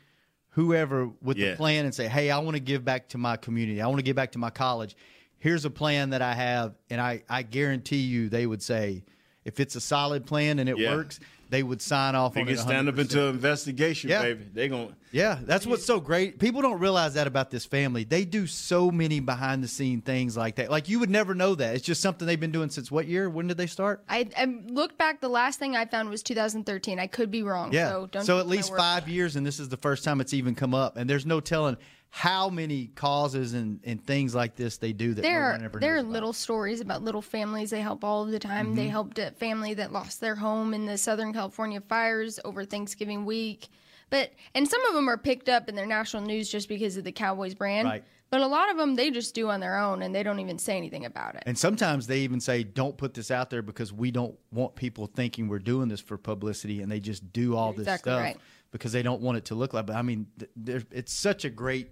Speaker 6: whoever with
Speaker 5: Yeah.
Speaker 6: the plan and say, "Hey, I want to give back to my community. I want to give back to my college. Here's a plan that I have." And I I guarantee you they would say if it's a solid plan and it
Speaker 5: Yeah.
Speaker 6: works, they would sign off
Speaker 5: They
Speaker 6: on
Speaker 5: can
Speaker 6: it.
Speaker 5: stand up
Speaker 6: 100%.
Speaker 5: into investigation,
Speaker 6: Yeah.
Speaker 5: baby. They going to
Speaker 6: Yeah, that's what's so great. People don't realize that about this family. They do so many behind the scene things like that. Like you would never know that. It's just something they've been doing since what year? When did they start?
Speaker 11: I, I looked back. The last thing I found was 2013. I could be wrong.
Speaker 6: Yeah.
Speaker 11: So don't.
Speaker 6: at
Speaker 11: take my
Speaker 6: least
Speaker 11: word.
Speaker 6: five years, and this is the first time it's even come up. And there's no telling how many causes and, and things like this they do that
Speaker 11: there
Speaker 6: no
Speaker 11: are
Speaker 6: one ever
Speaker 11: there are
Speaker 6: knows.
Speaker 11: little stories about little families they help all of the time. They
Speaker 6: Mhm.
Speaker 11: helped a family that lost their home in the Southern California fires over Thanksgiving week. But and some of them are picked up in their national news just because of the Cowboys brand.
Speaker 6: Right.
Speaker 11: But a lot of them they just do on their own and they don't even say anything about it.
Speaker 6: And sometimes they even say, "Don't put this out there because we don't want people thinking we're doing this for publicity," and they just do all this
Speaker 11: exactly
Speaker 6: stuff
Speaker 11: right.
Speaker 6: because they don't want it to look like. But I mean, th- there- it's such a great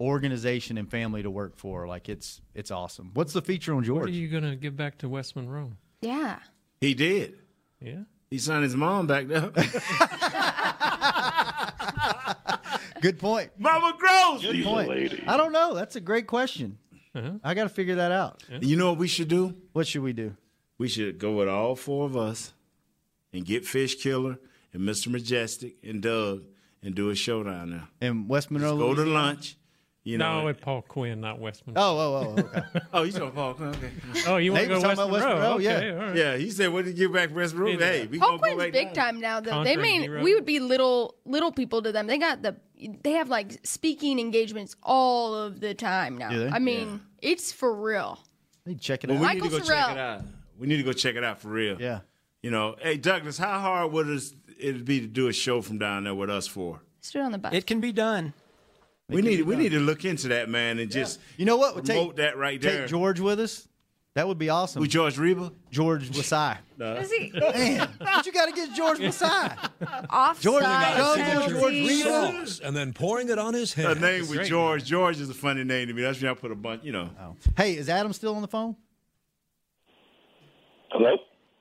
Speaker 6: organization and family to work for. Like it's it's awesome. What's the feature on
Speaker 7: What are
Speaker 6: George?
Speaker 7: you going to give back to West Monroe?
Speaker 11: Yeah.
Speaker 5: He did.
Speaker 7: Yeah.
Speaker 5: He signed his mom back there.
Speaker 6: Good point.
Speaker 5: [laughs] Mama Gross.
Speaker 6: Good point. I don't know. That's a great question.
Speaker 7: Uh-huh.
Speaker 6: I got to figure that out.
Speaker 5: You know what we should do?
Speaker 6: What should we do?
Speaker 5: We should go with all four of us and get Fish Killer and Mr. Majestic and Doug and do a show down there.
Speaker 6: And West Monroe.
Speaker 5: Go to
Speaker 6: Louisiana?
Speaker 5: lunch. You
Speaker 7: no,
Speaker 5: know,
Speaker 7: with Paul Quinn, not Westman.
Speaker 5: Oh, oh, oh, [laughs] okay. oh, you talking Paul Quinn? Okay.
Speaker 7: Oh, you want to
Speaker 5: Nate
Speaker 7: go Westman,
Speaker 5: was talking about
Speaker 7: Row?
Speaker 5: Westbrook?
Speaker 7: okay,
Speaker 5: yeah,
Speaker 7: all right.
Speaker 5: yeah. He said, "What did you give back Westbrook?"
Speaker 7: Yeah.
Speaker 5: Hey, we
Speaker 11: Paul
Speaker 5: gonna go
Speaker 11: Quinn's
Speaker 5: back
Speaker 11: big time now, though. They
Speaker 5: Conquering
Speaker 11: mean
Speaker 5: hero.
Speaker 11: we would be little little people to them. They got the they have like speaking engagements all of the time now.
Speaker 5: Do they?
Speaker 11: I mean, it's for real.
Speaker 6: Need to check
Speaker 11: it
Speaker 5: Well,
Speaker 11: out.
Speaker 5: we
Speaker 11: Michael
Speaker 5: need to go
Speaker 11: Sorrell.
Speaker 5: check it out. We need to go check it out for real. Yeah. You know, hey Douglas, how hard would it it be to do a show from down there with us for?
Speaker 11: Stood on the bus.
Speaker 2: It can be done.
Speaker 5: we need we need to look into that man and just
Speaker 6: you know what
Speaker 5: promote that right there.
Speaker 6: Take George with us. That would be awesome.
Speaker 5: With George Reba?
Speaker 6: George Wasai.
Speaker 18: Uh,
Speaker 5: No.
Speaker 18: [laughs]
Speaker 6: Man, but you got to get
Speaker 7: [laughs]
Speaker 6: George Wasai.
Speaker 11: Offside.
Speaker 6: Jordan got a penalty.
Speaker 17: George
Speaker 6: Reed.
Speaker 17: Sauce, and then pouring it on his head.
Speaker 5: A name with George. George is a funny name to me. That's when I put a bunch. You know.
Speaker 6: Hey, is Adam still on the phone?
Speaker 5: Hello.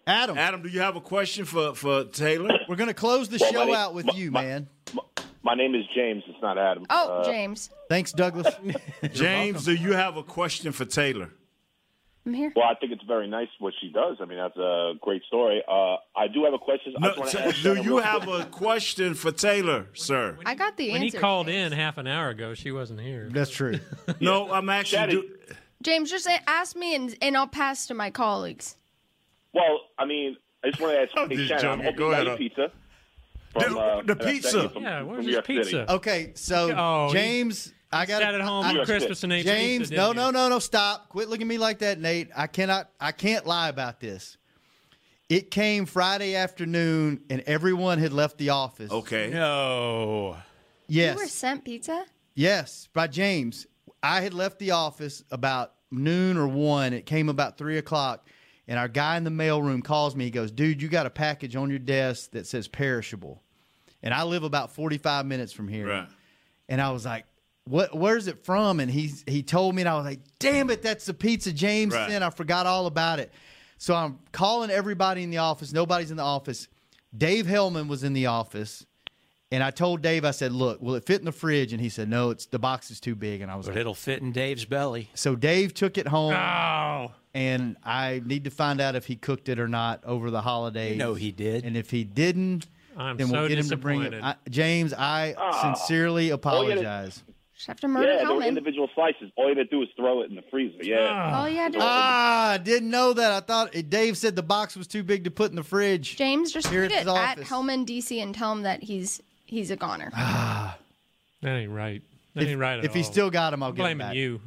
Speaker 6: Adam.
Speaker 5: Adam, do you have a question for for Taylor?
Speaker 6: We're gonna close the
Speaker 18: Well, my
Speaker 6: show
Speaker 18: name-
Speaker 6: out with
Speaker 18: my-
Speaker 6: you,
Speaker 18: my-
Speaker 6: man.
Speaker 18: My name is James. It's not Adam.
Speaker 11: Oh,
Speaker 18: Uh,
Speaker 11: James,
Speaker 6: Thanks,
Speaker 18: [laughs]
Speaker 6: Douglas.
Speaker 5: James, do you have a question for Taylor?
Speaker 11: I'm here.
Speaker 18: Well, I think it's very nice what she does. I mean, that's a great story. Uh, I do have a question. I
Speaker 5: No,
Speaker 18: just want to
Speaker 5: t-
Speaker 18: ask
Speaker 5: do
Speaker 18: Shannon
Speaker 5: you
Speaker 18: real
Speaker 5: have a question for Taylor, sir?
Speaker 11: I got the
Speaker 7: When he
Speaker 11: answer.
Speaker 7: called in half an hour ago, she wasn't here.
Speaker 6: That's true.
Speaker 5: no, I'm actually. Do-
Speaker 11: James, just a- ask me, and and I'll pass to my colleagues.
Speaker 18: Well, I mean, I just want to ask hey,
Speaker 5: just
Speaker 18: Shannon, I'm
Speaker 5: joking.
Speaker 18: hoping
Speaker 5: Go
Speaker 18: you got
Speaker 5: ahead,
Speaker 18: your
Speaker 5: uh,
Speaker 18: pizza. From, uh, the,
Speaker 5: the pizza. Yeah, where's his pizza?
Speaker 6: Okay, so
Speaker 7: [laughs] Oh, he-
Speaker 6: James, I
Speaker 7: he
Speaker 6: got
Speaker 7: sat at home on Christmas and ate
Speaker 6: James,
Speaker 7: pizza,
Speaker 6: no,
Speaker 7: didn't
Speaker 6: no, no, no, stop! Quit looking at me like that, Nate. I cannot, I can't lie about this. It came Friday afternoon, and everyone had left the office.
Speaker 5: Okay.
Speaker 6: No.
Speaker 11: You
Speaker 6: Yes.
Speaker 11: were sent pizza.
Speaker 6: Yes, by James. I had left the office about noon or one. It came about three o'clock, and our guy in the mailroom calls me. He goes, "Dude, you got a package on your desk that says perishable," and I live about forty-five minutes from here. Right. And I was like, "What? Where's it from?" And he he told me, and I was like, "Damn it, that's the pizza James
Speaker 5: Right.
Speaker 6: sent. I forgot all about it." So I'm calling everybody in the office. Nobody's in the office. Dave Hellman was in the office. And I told Dave, I said, "Look, will it fit in the fridge?" And he said, "No, it's the box is too big." And I was
Speaker 2: But
Speaker 6: like,
Speaker 2: it'll fit in Dave's belly.
Speaker 6: "So Dave took it home,
Speaker 7: Oh.
Speaker 6: and I need to find out if he cooked it or not over the holidays.
Speaker 2: know he
Speaker 6: did, and if he didn't,
Speaker 7: I'm
Speaker 6: then
Speaker 7: so
Speaker 6: we'll get him to bring it."
Speaker 7: disappointed.
Speaker 6: I, James, I
Speaker 18: Oh.
Speaker 6: sincerely
Speaker 18: Well, you didn't-
Speaker 6: apologize.
Speaker 11: Just have to murder
Speaker 18: yeah, they were
Speaker 11: Hellman.
Speaker 18: individual slices. All you had to do was throw it in the freezer. Yeah.
Speaker 11: All you had to do-
Speaker 6: ah, I didn't know that. I thought eh, Dave said the box was too big to put in the fridge.
Speaker 11: James, just
Speaker 6: Here
Speaker 11: tweet
Speaker 6: at his
Speaker 11: it at
Speaker 6: office. Ah.
Speaker 11: Hellman DC and tell him that he's he's a goner.
Speaker 7: That ain't right. That
Speaker 6: If-
Speaker 7: ain't right at
Speaker 6: if he
Speaker 7: all.
Speaker 6: still got 'em, I'll
Speaker 7: I'm
Speaker 6: get 'em
Speaker 7: blaming
Speaker 6: back.
Speaker 7: you.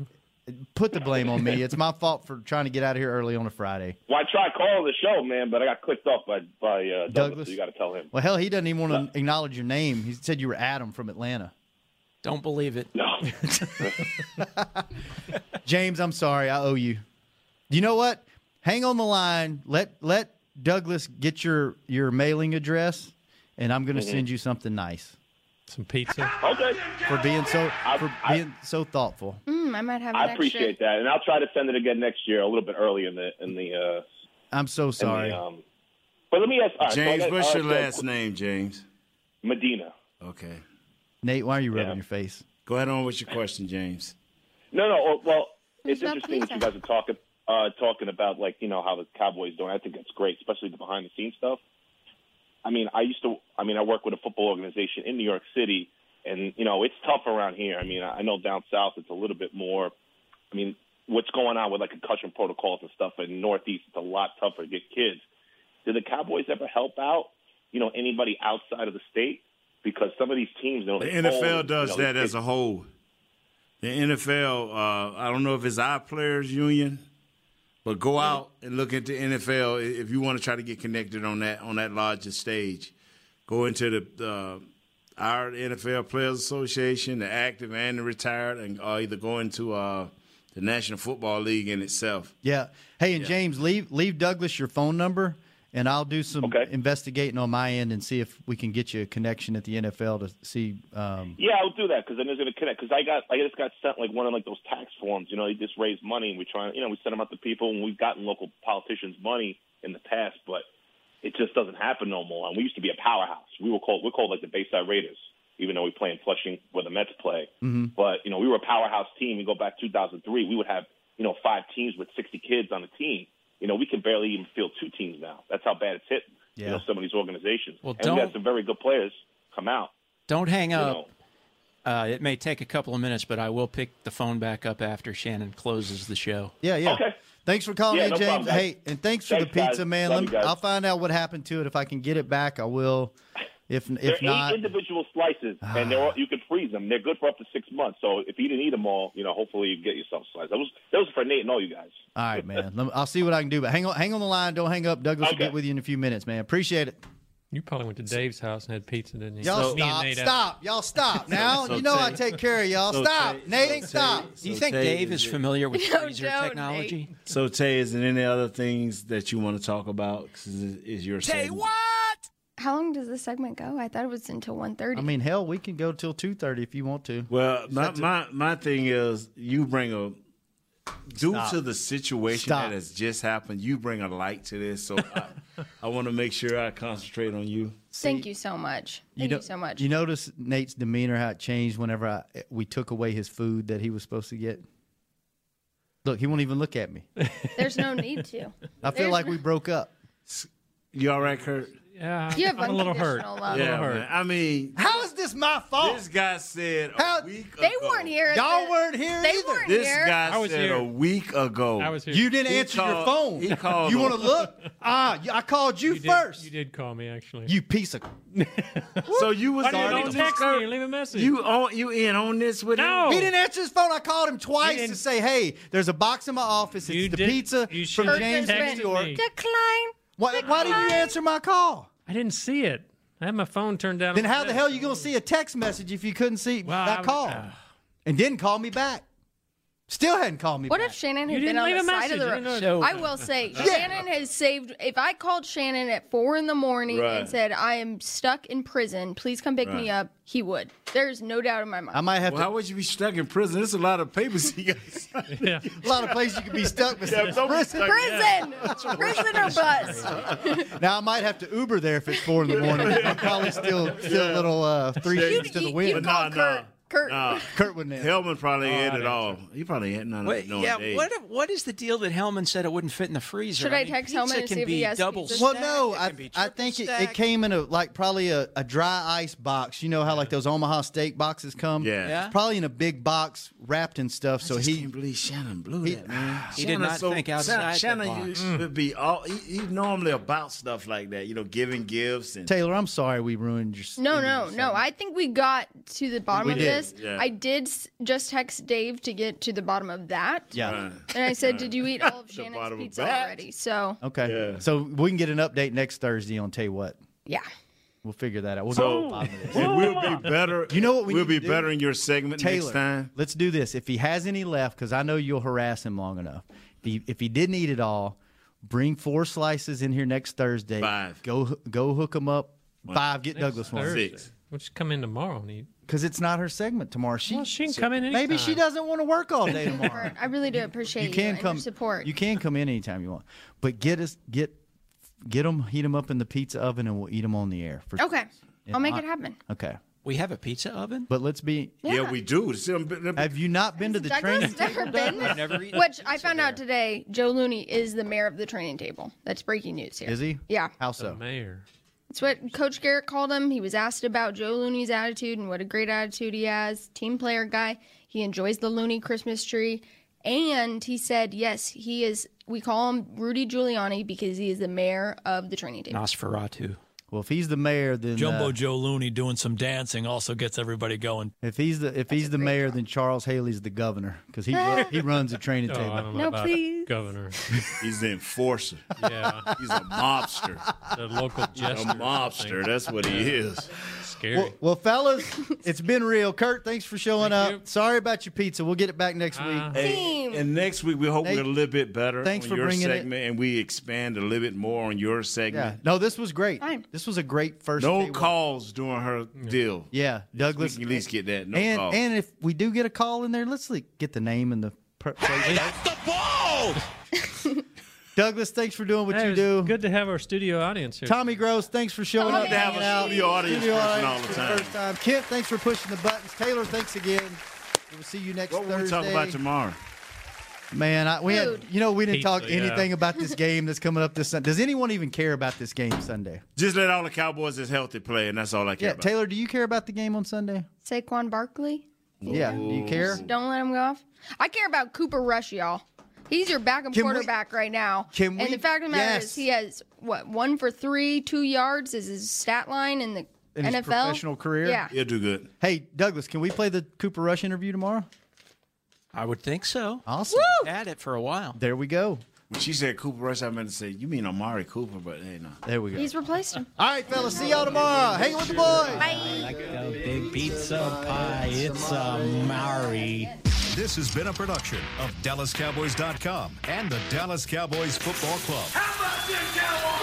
Speaker 6: Put the blame on me. It's my fault for trying to get out of here early on a Friday.
Speaker 18: Well, I tried calling the show, man, but I got clipped off by by uh, Douglas.
Speaker 6: Douglas?
Speaker 18: So you got to tell him.
Speaker 6: Well, hell, he doesn't even want to acknowledge your name. He said you were Adam from Atlanta.
Speaker 2: Don't believe it.
Speaker 18: No.
Speaker 6: James, I'm sorry. I owe you. You know what? Hang on the line. Let let Douglas get your your mailing address, and I'm going to
Speaker 18: Mm-hmm.
Speaker 7: Mhm.
Speaker 6: send you something nice
Speaker 7: Some pizza.
Speaker 5: Oh.
Speaker 18: Okay.
Speaker 6: for being so for being so thoughtful.
Speaker 11: Mm, I might have. An
Speaker 18: I appreciate that, and I'll try to send it again next year, a little bit early in the in the. Uh,
Speaker 6: I'm so sorry.
Speaker 18: And the, um, but let me ask. all right, so I
Speaker 5: James,
Speaker 18: got-
Speaker 5: what's
Speaker 18: all
Speaker 5: your
Speaker 18: right, so-
Speaker 5: last name, James?
Speaker 18: Medina.
Speaker 5: Okay.
Speaker 6: Nate, why are you rubbing your face?
Speaker 5: Go ahead on with your question, James.
Speaker 18: No, no. oh, Well, it's
Speaker 11: about
Speaker 18: interesting that you
Speaker 11: pizza?
Speaker 18: guys are talking uh, talking about like you know how the Cowboys doing. I think that's great, especially the behind the scenes stuff. I mean, I used to. I mean, I work with a football organization in New York City, and you know it's tough around here. I mean, I know down south it's a little bit more. I mean, what's going on with like concussion protocols and stuff in Northeast? It's a lot tougher to get kids. Do the Cowboys ever help out? You know, anybody outside of the state? Because some of these teams, they'll
Speaker 5: The
Speaker 18: say, oh,
Speaker 5: NFL
Speaker 18: you
Speaker 5: does
Speaker 18: know,
Speaker 5: that as a whole. The NFL, uh, I don't know if it's our players' union, but
Speaker 18: Mm-hmm.
Speaker 5: go out and look at the NFL i- if you want to try to get connected on that on that larger stage. Go into the uh, our NFL Players Association, the active and the retired, and uh, either go into uh, the National Football League in itself.
Speaker 6: Yeah. Hey, and James, leave leave Douglas your phone number, and I'll do some investigating on my end and see if we can get you a connection at the NFL to see. Um,
Speaker 18: Yeah, I'll do that because then it's going to connect. Because I got, I just got sent like one of like those tax forms. You know, they just raise money and we try, you know, we send them out to people and we've gotten local politicians money in the past, but it just doesn't happen no more. And we used to be a powerhouse. We were called, we're called like the Bayside Raiders, even though we play in Flushing where the Mets play.
Speaker 19: Mm-hmm.
Speaker 18: But you know, we were a powerhouse team. You go back 2003, we would have you know five teams with 60 kids on the team. You know, we can barely even field two teams now. That's how bad it's hit. You know, some of these organizations.
Speaker 2: Well,
Speaker 18: and we
Speaker 2: don't-
Speaker 18: had some very good players come out.
Speaker 2: Don't hang up. Uh, it may take a couple of minutes, but I will pick the phone back up after Shannon closes the show.
Speaker 6: Yeah, yeah. Thanks for calling
Speaker 2: Yeah,
Speaker 6: in,
Speaker 2: no
Speaker 6: James.
Speaker 2: problem, guys.
Speaker 6: hey, and thanks for the
Speaker 2: Thanks, guys.
Speaker 6: pizza, man.
Speaker 2: Love
Speaker 6: Let
Speaker 2: you
Speaker 6: me,
Speaker 2: guys.
Speaker 6: I'll find out what happened to it. If I can get it back, I will. If
Speaker 18: They're
Speaker 6: if
Speaker 18: eight
Speaker 6: not,
Speaker 18: individual slices, and they're all, you can freeze them. They're good for up to six months. So if you didn't eat them all, you know, hopefully you get yourself a slice. That was that was for Nate and all you guys.
Speaker 6: all right, man. Let me, I'll see what I can do. But hang on, hang on the line. Don't hang up. Douglas will get with you in a few minutes, man. Appreciate it.
Speaker 7: You probably went to Dave's house and had pizza, didn't you?
Speaker 6: Y'all
Speaker 7: Me and
Speaker 6: stop,
Speaker 7: Nate uh,
Speaker 6: stop, y'all
Speaker 7: [laughs]
Speaker 6: stop now.
Speaker 7: so
Speaker 6: you know I
Speaker 7: Tay-
Speaker 6: take care of y'all.
Speaker 7: so
Speaker 6: stop,
Speaker 7: Tay-
Speaker 6: Nate, stop.
Speaker 2: Do you think Dave is familiar
Speaker 11: [laughs]
Speaker 2: with
Speaker 6: No,
Speaker 2: freezer
Speaker 6: don't,
Speaker 2: technology?
Speaker 5: So Tay, is there any other things that you want to talk about? 'Cause Is, is your segment.
Speaker 11: How long does this segment go? I thought it was until 1.30.
Speaker 6: I mean, hell, we can go till two thirty if you want to.
Speaker 5: Well, my,
Speaker 6: That's a-
Speaker 5: my my thing is you bring a due
Speaker 6: Stop.
Speaker 5: to the situation
Speaker 6: Stop.
Speaker 5: that has just happened. You bring a light to this, so I, I want to make sure I concentrate on you.
Speaker 11: Thank you so much. Thank you,
Speaker 6: know-
Speaker 11: so much.
Speaker 6: You notice Nate's demeanor how it changed whenever I, we took away his food that he was supposed to get. Look, he won't even look at me.
Speaker 11: There's no need to.
Speaker 6: [laughs] I feel
Speaker 11: There's
Speaker 6: like
Speaker 11: no-
Speaker 6: we broke up.
Speaker 5: You all right, Kurt?
Speaker 7: Yeah,
Speaker 11: You have I'm a little hurt. unconditional love.
Speaker 5: Yeah,
Speaker 11: A little hurt.
Speaker 5: man. I mean,
Speaker 6: how is this my fault?
Speaker 5: This guy said a week
Speaker 11: They
Speaker 5: ago.
Speaker 11: weren't here. at
Speaker 6: Y'all
Speaker 11: the-
Speaker 6: weren't here
Speaker 11: They
Speaker 6: either.
Speaker 11: weren't
Speaker 5: This
Speaker 11: here.
Speaker 5: guy said a week ago. I
Speaker 7: was here.
Speaker 6: You didn't answer your phone.
Speaker 5: He called.
Speaker 6: You
Speaker 5: on-
Speaker 6: want to look? Ah, y- I called you,
Speaker 7: did-
Speaker 6: first.
Speaker 7: you did call me actually.
Speaker 6: You piece of.
Speaker 5: so you was
Speaker 7: Why didn't
Speaker 5: already-
Speaker 7: you text me or leave a message?
Speaker 5: You on you in on this with
Speaker 7: No.
Speaker 5: him?
Speaker 6: He didn't answer his phone. I called him twice to
Speaker 7: didn't-
Speaker 6: say, "Hey, there's a box in my office. It's the pizza from
Speaker 7: should've
Speaker 6: James
Speaker 7: texted
Speaker 6: New York."
Speaker 7: me.
Speaker 11: Decline.
Speaker 6: Why, why didn't you answer my call?
Speaker 7: I didn't see it. I had my phone turned down.
Speaker 6: Then
Speaker 7: on
Speaker 6: how the
Speaker 7: desk.
Speaker 6: hell you gonna see a text message if you couldn't see
Speaker 7: I
Speaker 6: that
Speaker 7: was-
Speaker 6: call,
Speaker 5: uh,
Speaker 6: and didn't call me back? Still hadn't called me
Speaker 11: What
Speaker 6: back.
Speaker 11: if Shannon
Speaker 6: You
Speaker 11: had
Speaker 6: didn't
Speaker 11: been on
Speaker 6: leave
Speaker 11: the
Speaker 6: a
Speaker 11: side
Speaker 6: message.
Speaker 11: of the
Speaker 6: You
Speaker 11: room?
Speaker 6: didn't know-
Speaker 11: I will
Speaker 6: [laughs]
Speaker 11: say,
Speaker 6: Yeah.
Speaker 11: Shannon has saved. If I called Shannon at four in the morning
Speaker 6: Right.
Speaker 11: and said, I am stuck in prison, please come pick me
Speaker 5: Right.
Speaker 11: up, he would. There's no doubt in my mind.
Speaker 6: I might have
Speaker 5: well,
Speaker 6: to-
Speaker 5: How would you be stuck in prison? There's a lot of papers you
Speaker 7: [laughs] [laughs]
Speaker 5: got.
Speaker 7: yeah.
Speaker 6: [laughs] a lot of places you could be stuck, but
Speaker 5: Yeah, don't be
Speaker 6: prison. [laughs]
Speaker 5: stuck
Speaker 11: Prison! prison or bust.
Speaker 6: Now I might have to Uber there if it's four in the
Speaker 5: [laughs]
Speaker 6: morning. I'm probably still still a little uh, three
Speaker 5: You-
Speaker 6: sheets to
Speaker 5: you-
Speaker 6: the
Speaker 5: you
Speaker 6: wind.
Speaker 5: But nah, called nah.
Speaker 11: Kurt.
Speaker 5: Nah.
Speaker 6: Kurt wouldn't answer.
Speaker 5: Hellman probably
Speaker 2: Oh,
Speaker 5: had
Speaker 2: I'd
Speaker 5: it all. He probably had none.
Speaker 2: Wait,
Speaker 5: no
Speaker 2: yeah,
Speaker 5: day.
Speaker 2: what what is the deal that Hellman said it wouldn't fit in the freezer?
Speaker 11: Should I text
Speaker 2: pizza
Speaker 11: Hellman and
Speaker 2: can
Speaker 11: see if
Speaker 2: be
Speaker 11: he has
Speaker 2: double
Speaker 11: pizza?
Speaker 6: Well,
Speaker 2: stacked,
Speaker 6: no,
Speaker 2: it
Speaker 6: I,
Speaker 2: can be
Speaker 6: I think it, it
Speaker 2: stacked.
Speaker 6: came in a like probably a, a dry ice box. You know how like those Omaha steak boxes come.
Speaker 5: Yeah. Yeah.
Speaker 6: It's probably in a big box wrapped in stuff. so he
Speaker 5: can't believe Shannon blew that [sighs] man.
Speaker 2: He did not think outside the
Speaker 5: Shannon
Speaker 2: box.
Speaker 5: used to be all. He, he's normally about stuff like that, you know, giving gifts and.
Speaker 6: Taylor, I'm sorry we ruined your.
Speaker 11: No, no, no. I think we got to the bottom
Speaker 6: We
Speaker 11: of
Speaker 6: did,
Speaker 11: this.
Speaker 6: yeah.
Speaker 11: I did s- just text Dave to get to the bottom of that.
Speaker 6: Yeah.
Speaker 11: And I said, Did
Speaker 6: [laughs]
Speaker 11: you eat all of
Speaker 5: The
Speaker 11: Shannon's
Speaker 5: bottom of
Speaker 11: pizza
Speaker 5: that.
Speaker 11: already? So,
Speaker 6: Okay. So we can get an update next Thursday on tell you what.
Speaker 11: yeah.
Speaker 6: We'll figure that out. We'll get to
Speaker 5: So- [laughs]
Speaker 6: the bottom of this.
Speaker 5: And we'll be better.
Speaker 6: You know what we
Speaker 5: will
Speaker 6: need
Speaker 5: be
Speaker 6: to do?
Speaker 5: better in your segment
Speaker 6: Taylor,
Speaker 5: next time.
Speaker 6: let's do this. If he has any left, because I know you'll harass him long enough. If he, if he didn't eat it all, bring four slices in here next Thursday. Five. Go go hook him up. Five. Get
Speaker 7: Next
Speaker 6: Douglas one.
Speaker 7: Thursday. We'll just come in tomorrow and eat.
Speaker 6: Because it's not her segment tomorrow. She,
Speaker 7: Well, she can come in
Speaker 6: Maybe she
Speaker 7: anytime.
Speaker 6: doesn't want to work all
Speaker 5: [laughs]
Speaker 6: day tomorrow.
Speaker 11: Kurt, I really do appreciate you,
Speaker 6: you can
Speaker 11: and
Speaker 6: come
Speaker 11: your support.
Speaker 6: You can come in anytime you want, but get us get get them heat them up in the pizza oven and we'll eat them on the air. For,
Speaker 11: okay.
Speaker 6: And
Speaker 11: I'll make
Speaker 6: I- [laughs]
Speaker 11: it happen.
Speaker 6: Okay,
Speaker 2: We have a pizza
Speaker 11: [laughs]
Speaker 2: oven.
Speaker 6: but let's be.
Speaker 11: Yeah, Yeah. we
Speaker 5: do.
Speaker 6: Have you not been to the training?
Speaker 11: Douglas never been.
Speaker 6: I've never eaten
Speaker 11: Which I found out today, Joe Looney is the mayor of the training table. That's breaking news here.
Speaker 6: Is he?
Speaker 11: Yeah.
Speaker 6: How so?
Speaker 7: mayor.
Speaker 11: That's what Coach Garrett called him. He was asked about Joe Looney's attitude and what a great attitude he has. Team player guy. He enjoys the Looney Christmas tree. And he said, yes, he is, we call him Rudy Giuliani because he is the mayor of the training table.
Speaker 2: Nosferatu.
Speaker 6: Well, if he's the mayor, then
Speaker 17: Jumbo
Speaker 6: uh,
Speaker 17: Joe Looney doing some dancing also gets everybody going.
Speaker 6: If he's the if he's the mayor, then Charles Haley's the governor because he ru- he runs a training
Speaker 7: Oh,
Speaker 6: table.
Speaker 7: I don't know No, about please.
Speaker 6: [laughs]
Speaker 7: governor.
Speaker 5: He's the enforcer.
Speaker 7: Yeah.
Speaker 5: He's a [laughs] mobster.
Speaker 7: The local jester.
Speaker 5: A mobster. That's what he is.
Speaker 7: Scary.
Speaker 6: Well, well, fellas, it's been real. Kurt, thanks for showing up. Sorry about your pizza. We'll get it back
Speaker 7: Uh,
Speaker 6: next week.
Speaker 5: And, and next week we hope
Speaker 6: Hey,
Speaker 5: we're a little bit better
Speaker 6: thanks
Speaker 5: on
Speaker 6: for
Speaker 5: your
Speaker 6: bringing it.
Speaker 5: segment, and we expand a little bit more on your
Speaker 6: Yeah.
Speaker 5: segment.
Speaker 6: No, this was great. This was a great first.
Speaker 5: no
Speaker 6: day one.
Speaker 5: calls during her deal.
Speaker 6: Yeah, Douglas.
Speaker 5: We can at least get that. No
Speaker 6: and
Speaker 5: calls.
Speaker 6: and if we do get a call in there, let's like, get the name and the. Per-
Speaker 7: [laughs]
Speaker 6: place. Douglas, thanks for doing what
Speaker 7: Hey,
Speaker 6: you
Speaker 7: it was
Speaker 6: do.
Speaker 7: Good to have our studio audience
Speaker 6: [laughs]
Speaker 7: here.
Speaker 6: Tommy Gross, thanks for showing
Speaker 7: Love
Speaker 6: up.
Speaker 7: to have
Speaker 6: hanging
Speaker 7: a
Speaker 6: out.
Speaker 7: studio audience person all
Speaker 6: for
Speaker 7: the time.
Speaker 6: First time. Kent, thanks for pushing the buttons. Taylor, thanks again. We'll see you next
Speaker 5: What
Speaker 6: Thursday.
Speaker 5: we talk about tomorrow?
Speaker 6: Man, I, we had, you know we didn't talk
Speaker 5: Pizza, yeah.
Speaker 6: anything about this game that's coming up this Sunday. Does anyone even care about this game Sunday?
Speaker 5: Just let all the Cowboys is healthy play, and that's all I care
Speaker 6: Yeah,
Speaker 5: about.
Speaker 6: Taylor, do you care about the game on Sunday?
Speaker 11: Saquon Barkley.
Speaker 6: Yeah, do you care?
Speaker 11: Don't let him go off. I care about Cooper Rush, y'all. He's your backup
Speaker 6: Can we-
Speaker 11: quarterback right now.
Speaker 6: can
Speaker 11: and
Speaker 6: we-
Speaker 11: the fact of the matter
Speaker 6: yes.
Speaker 11: is, he has what one for three, two yards is his stat line in the
Speaker 6: In
Speaker 11: NFL
Speaker 6: his professional career,
Speaker 11: Yeah,
Speaker 5: he'll do good.
Speaker 6: Hey, Douglas, can we play the Cooper Rush interview tomorrow?
Speaker 2: I would think so.
Speaker 6: Awesome.
Speaker 2: At it for a while.
Speaker 6: There we go.
Speaker 5: When she said Cooper Rush, I meant to say, you mean Amari Cooper, but hey, no.
Speaker 6: There we
Speaker 11: he's replaced him.
Speaker 6: All right, fellas, see y'all tomorrow. Hang with the boys.
Speaker 11: Bye.
Speaker 15: Big pizza pie, it's a Maori.
Speaker 1: This has been a production of DallasCowboys.com and the Dallas Cowboys Football Club.
Speaker 4: How about this, Cowboys?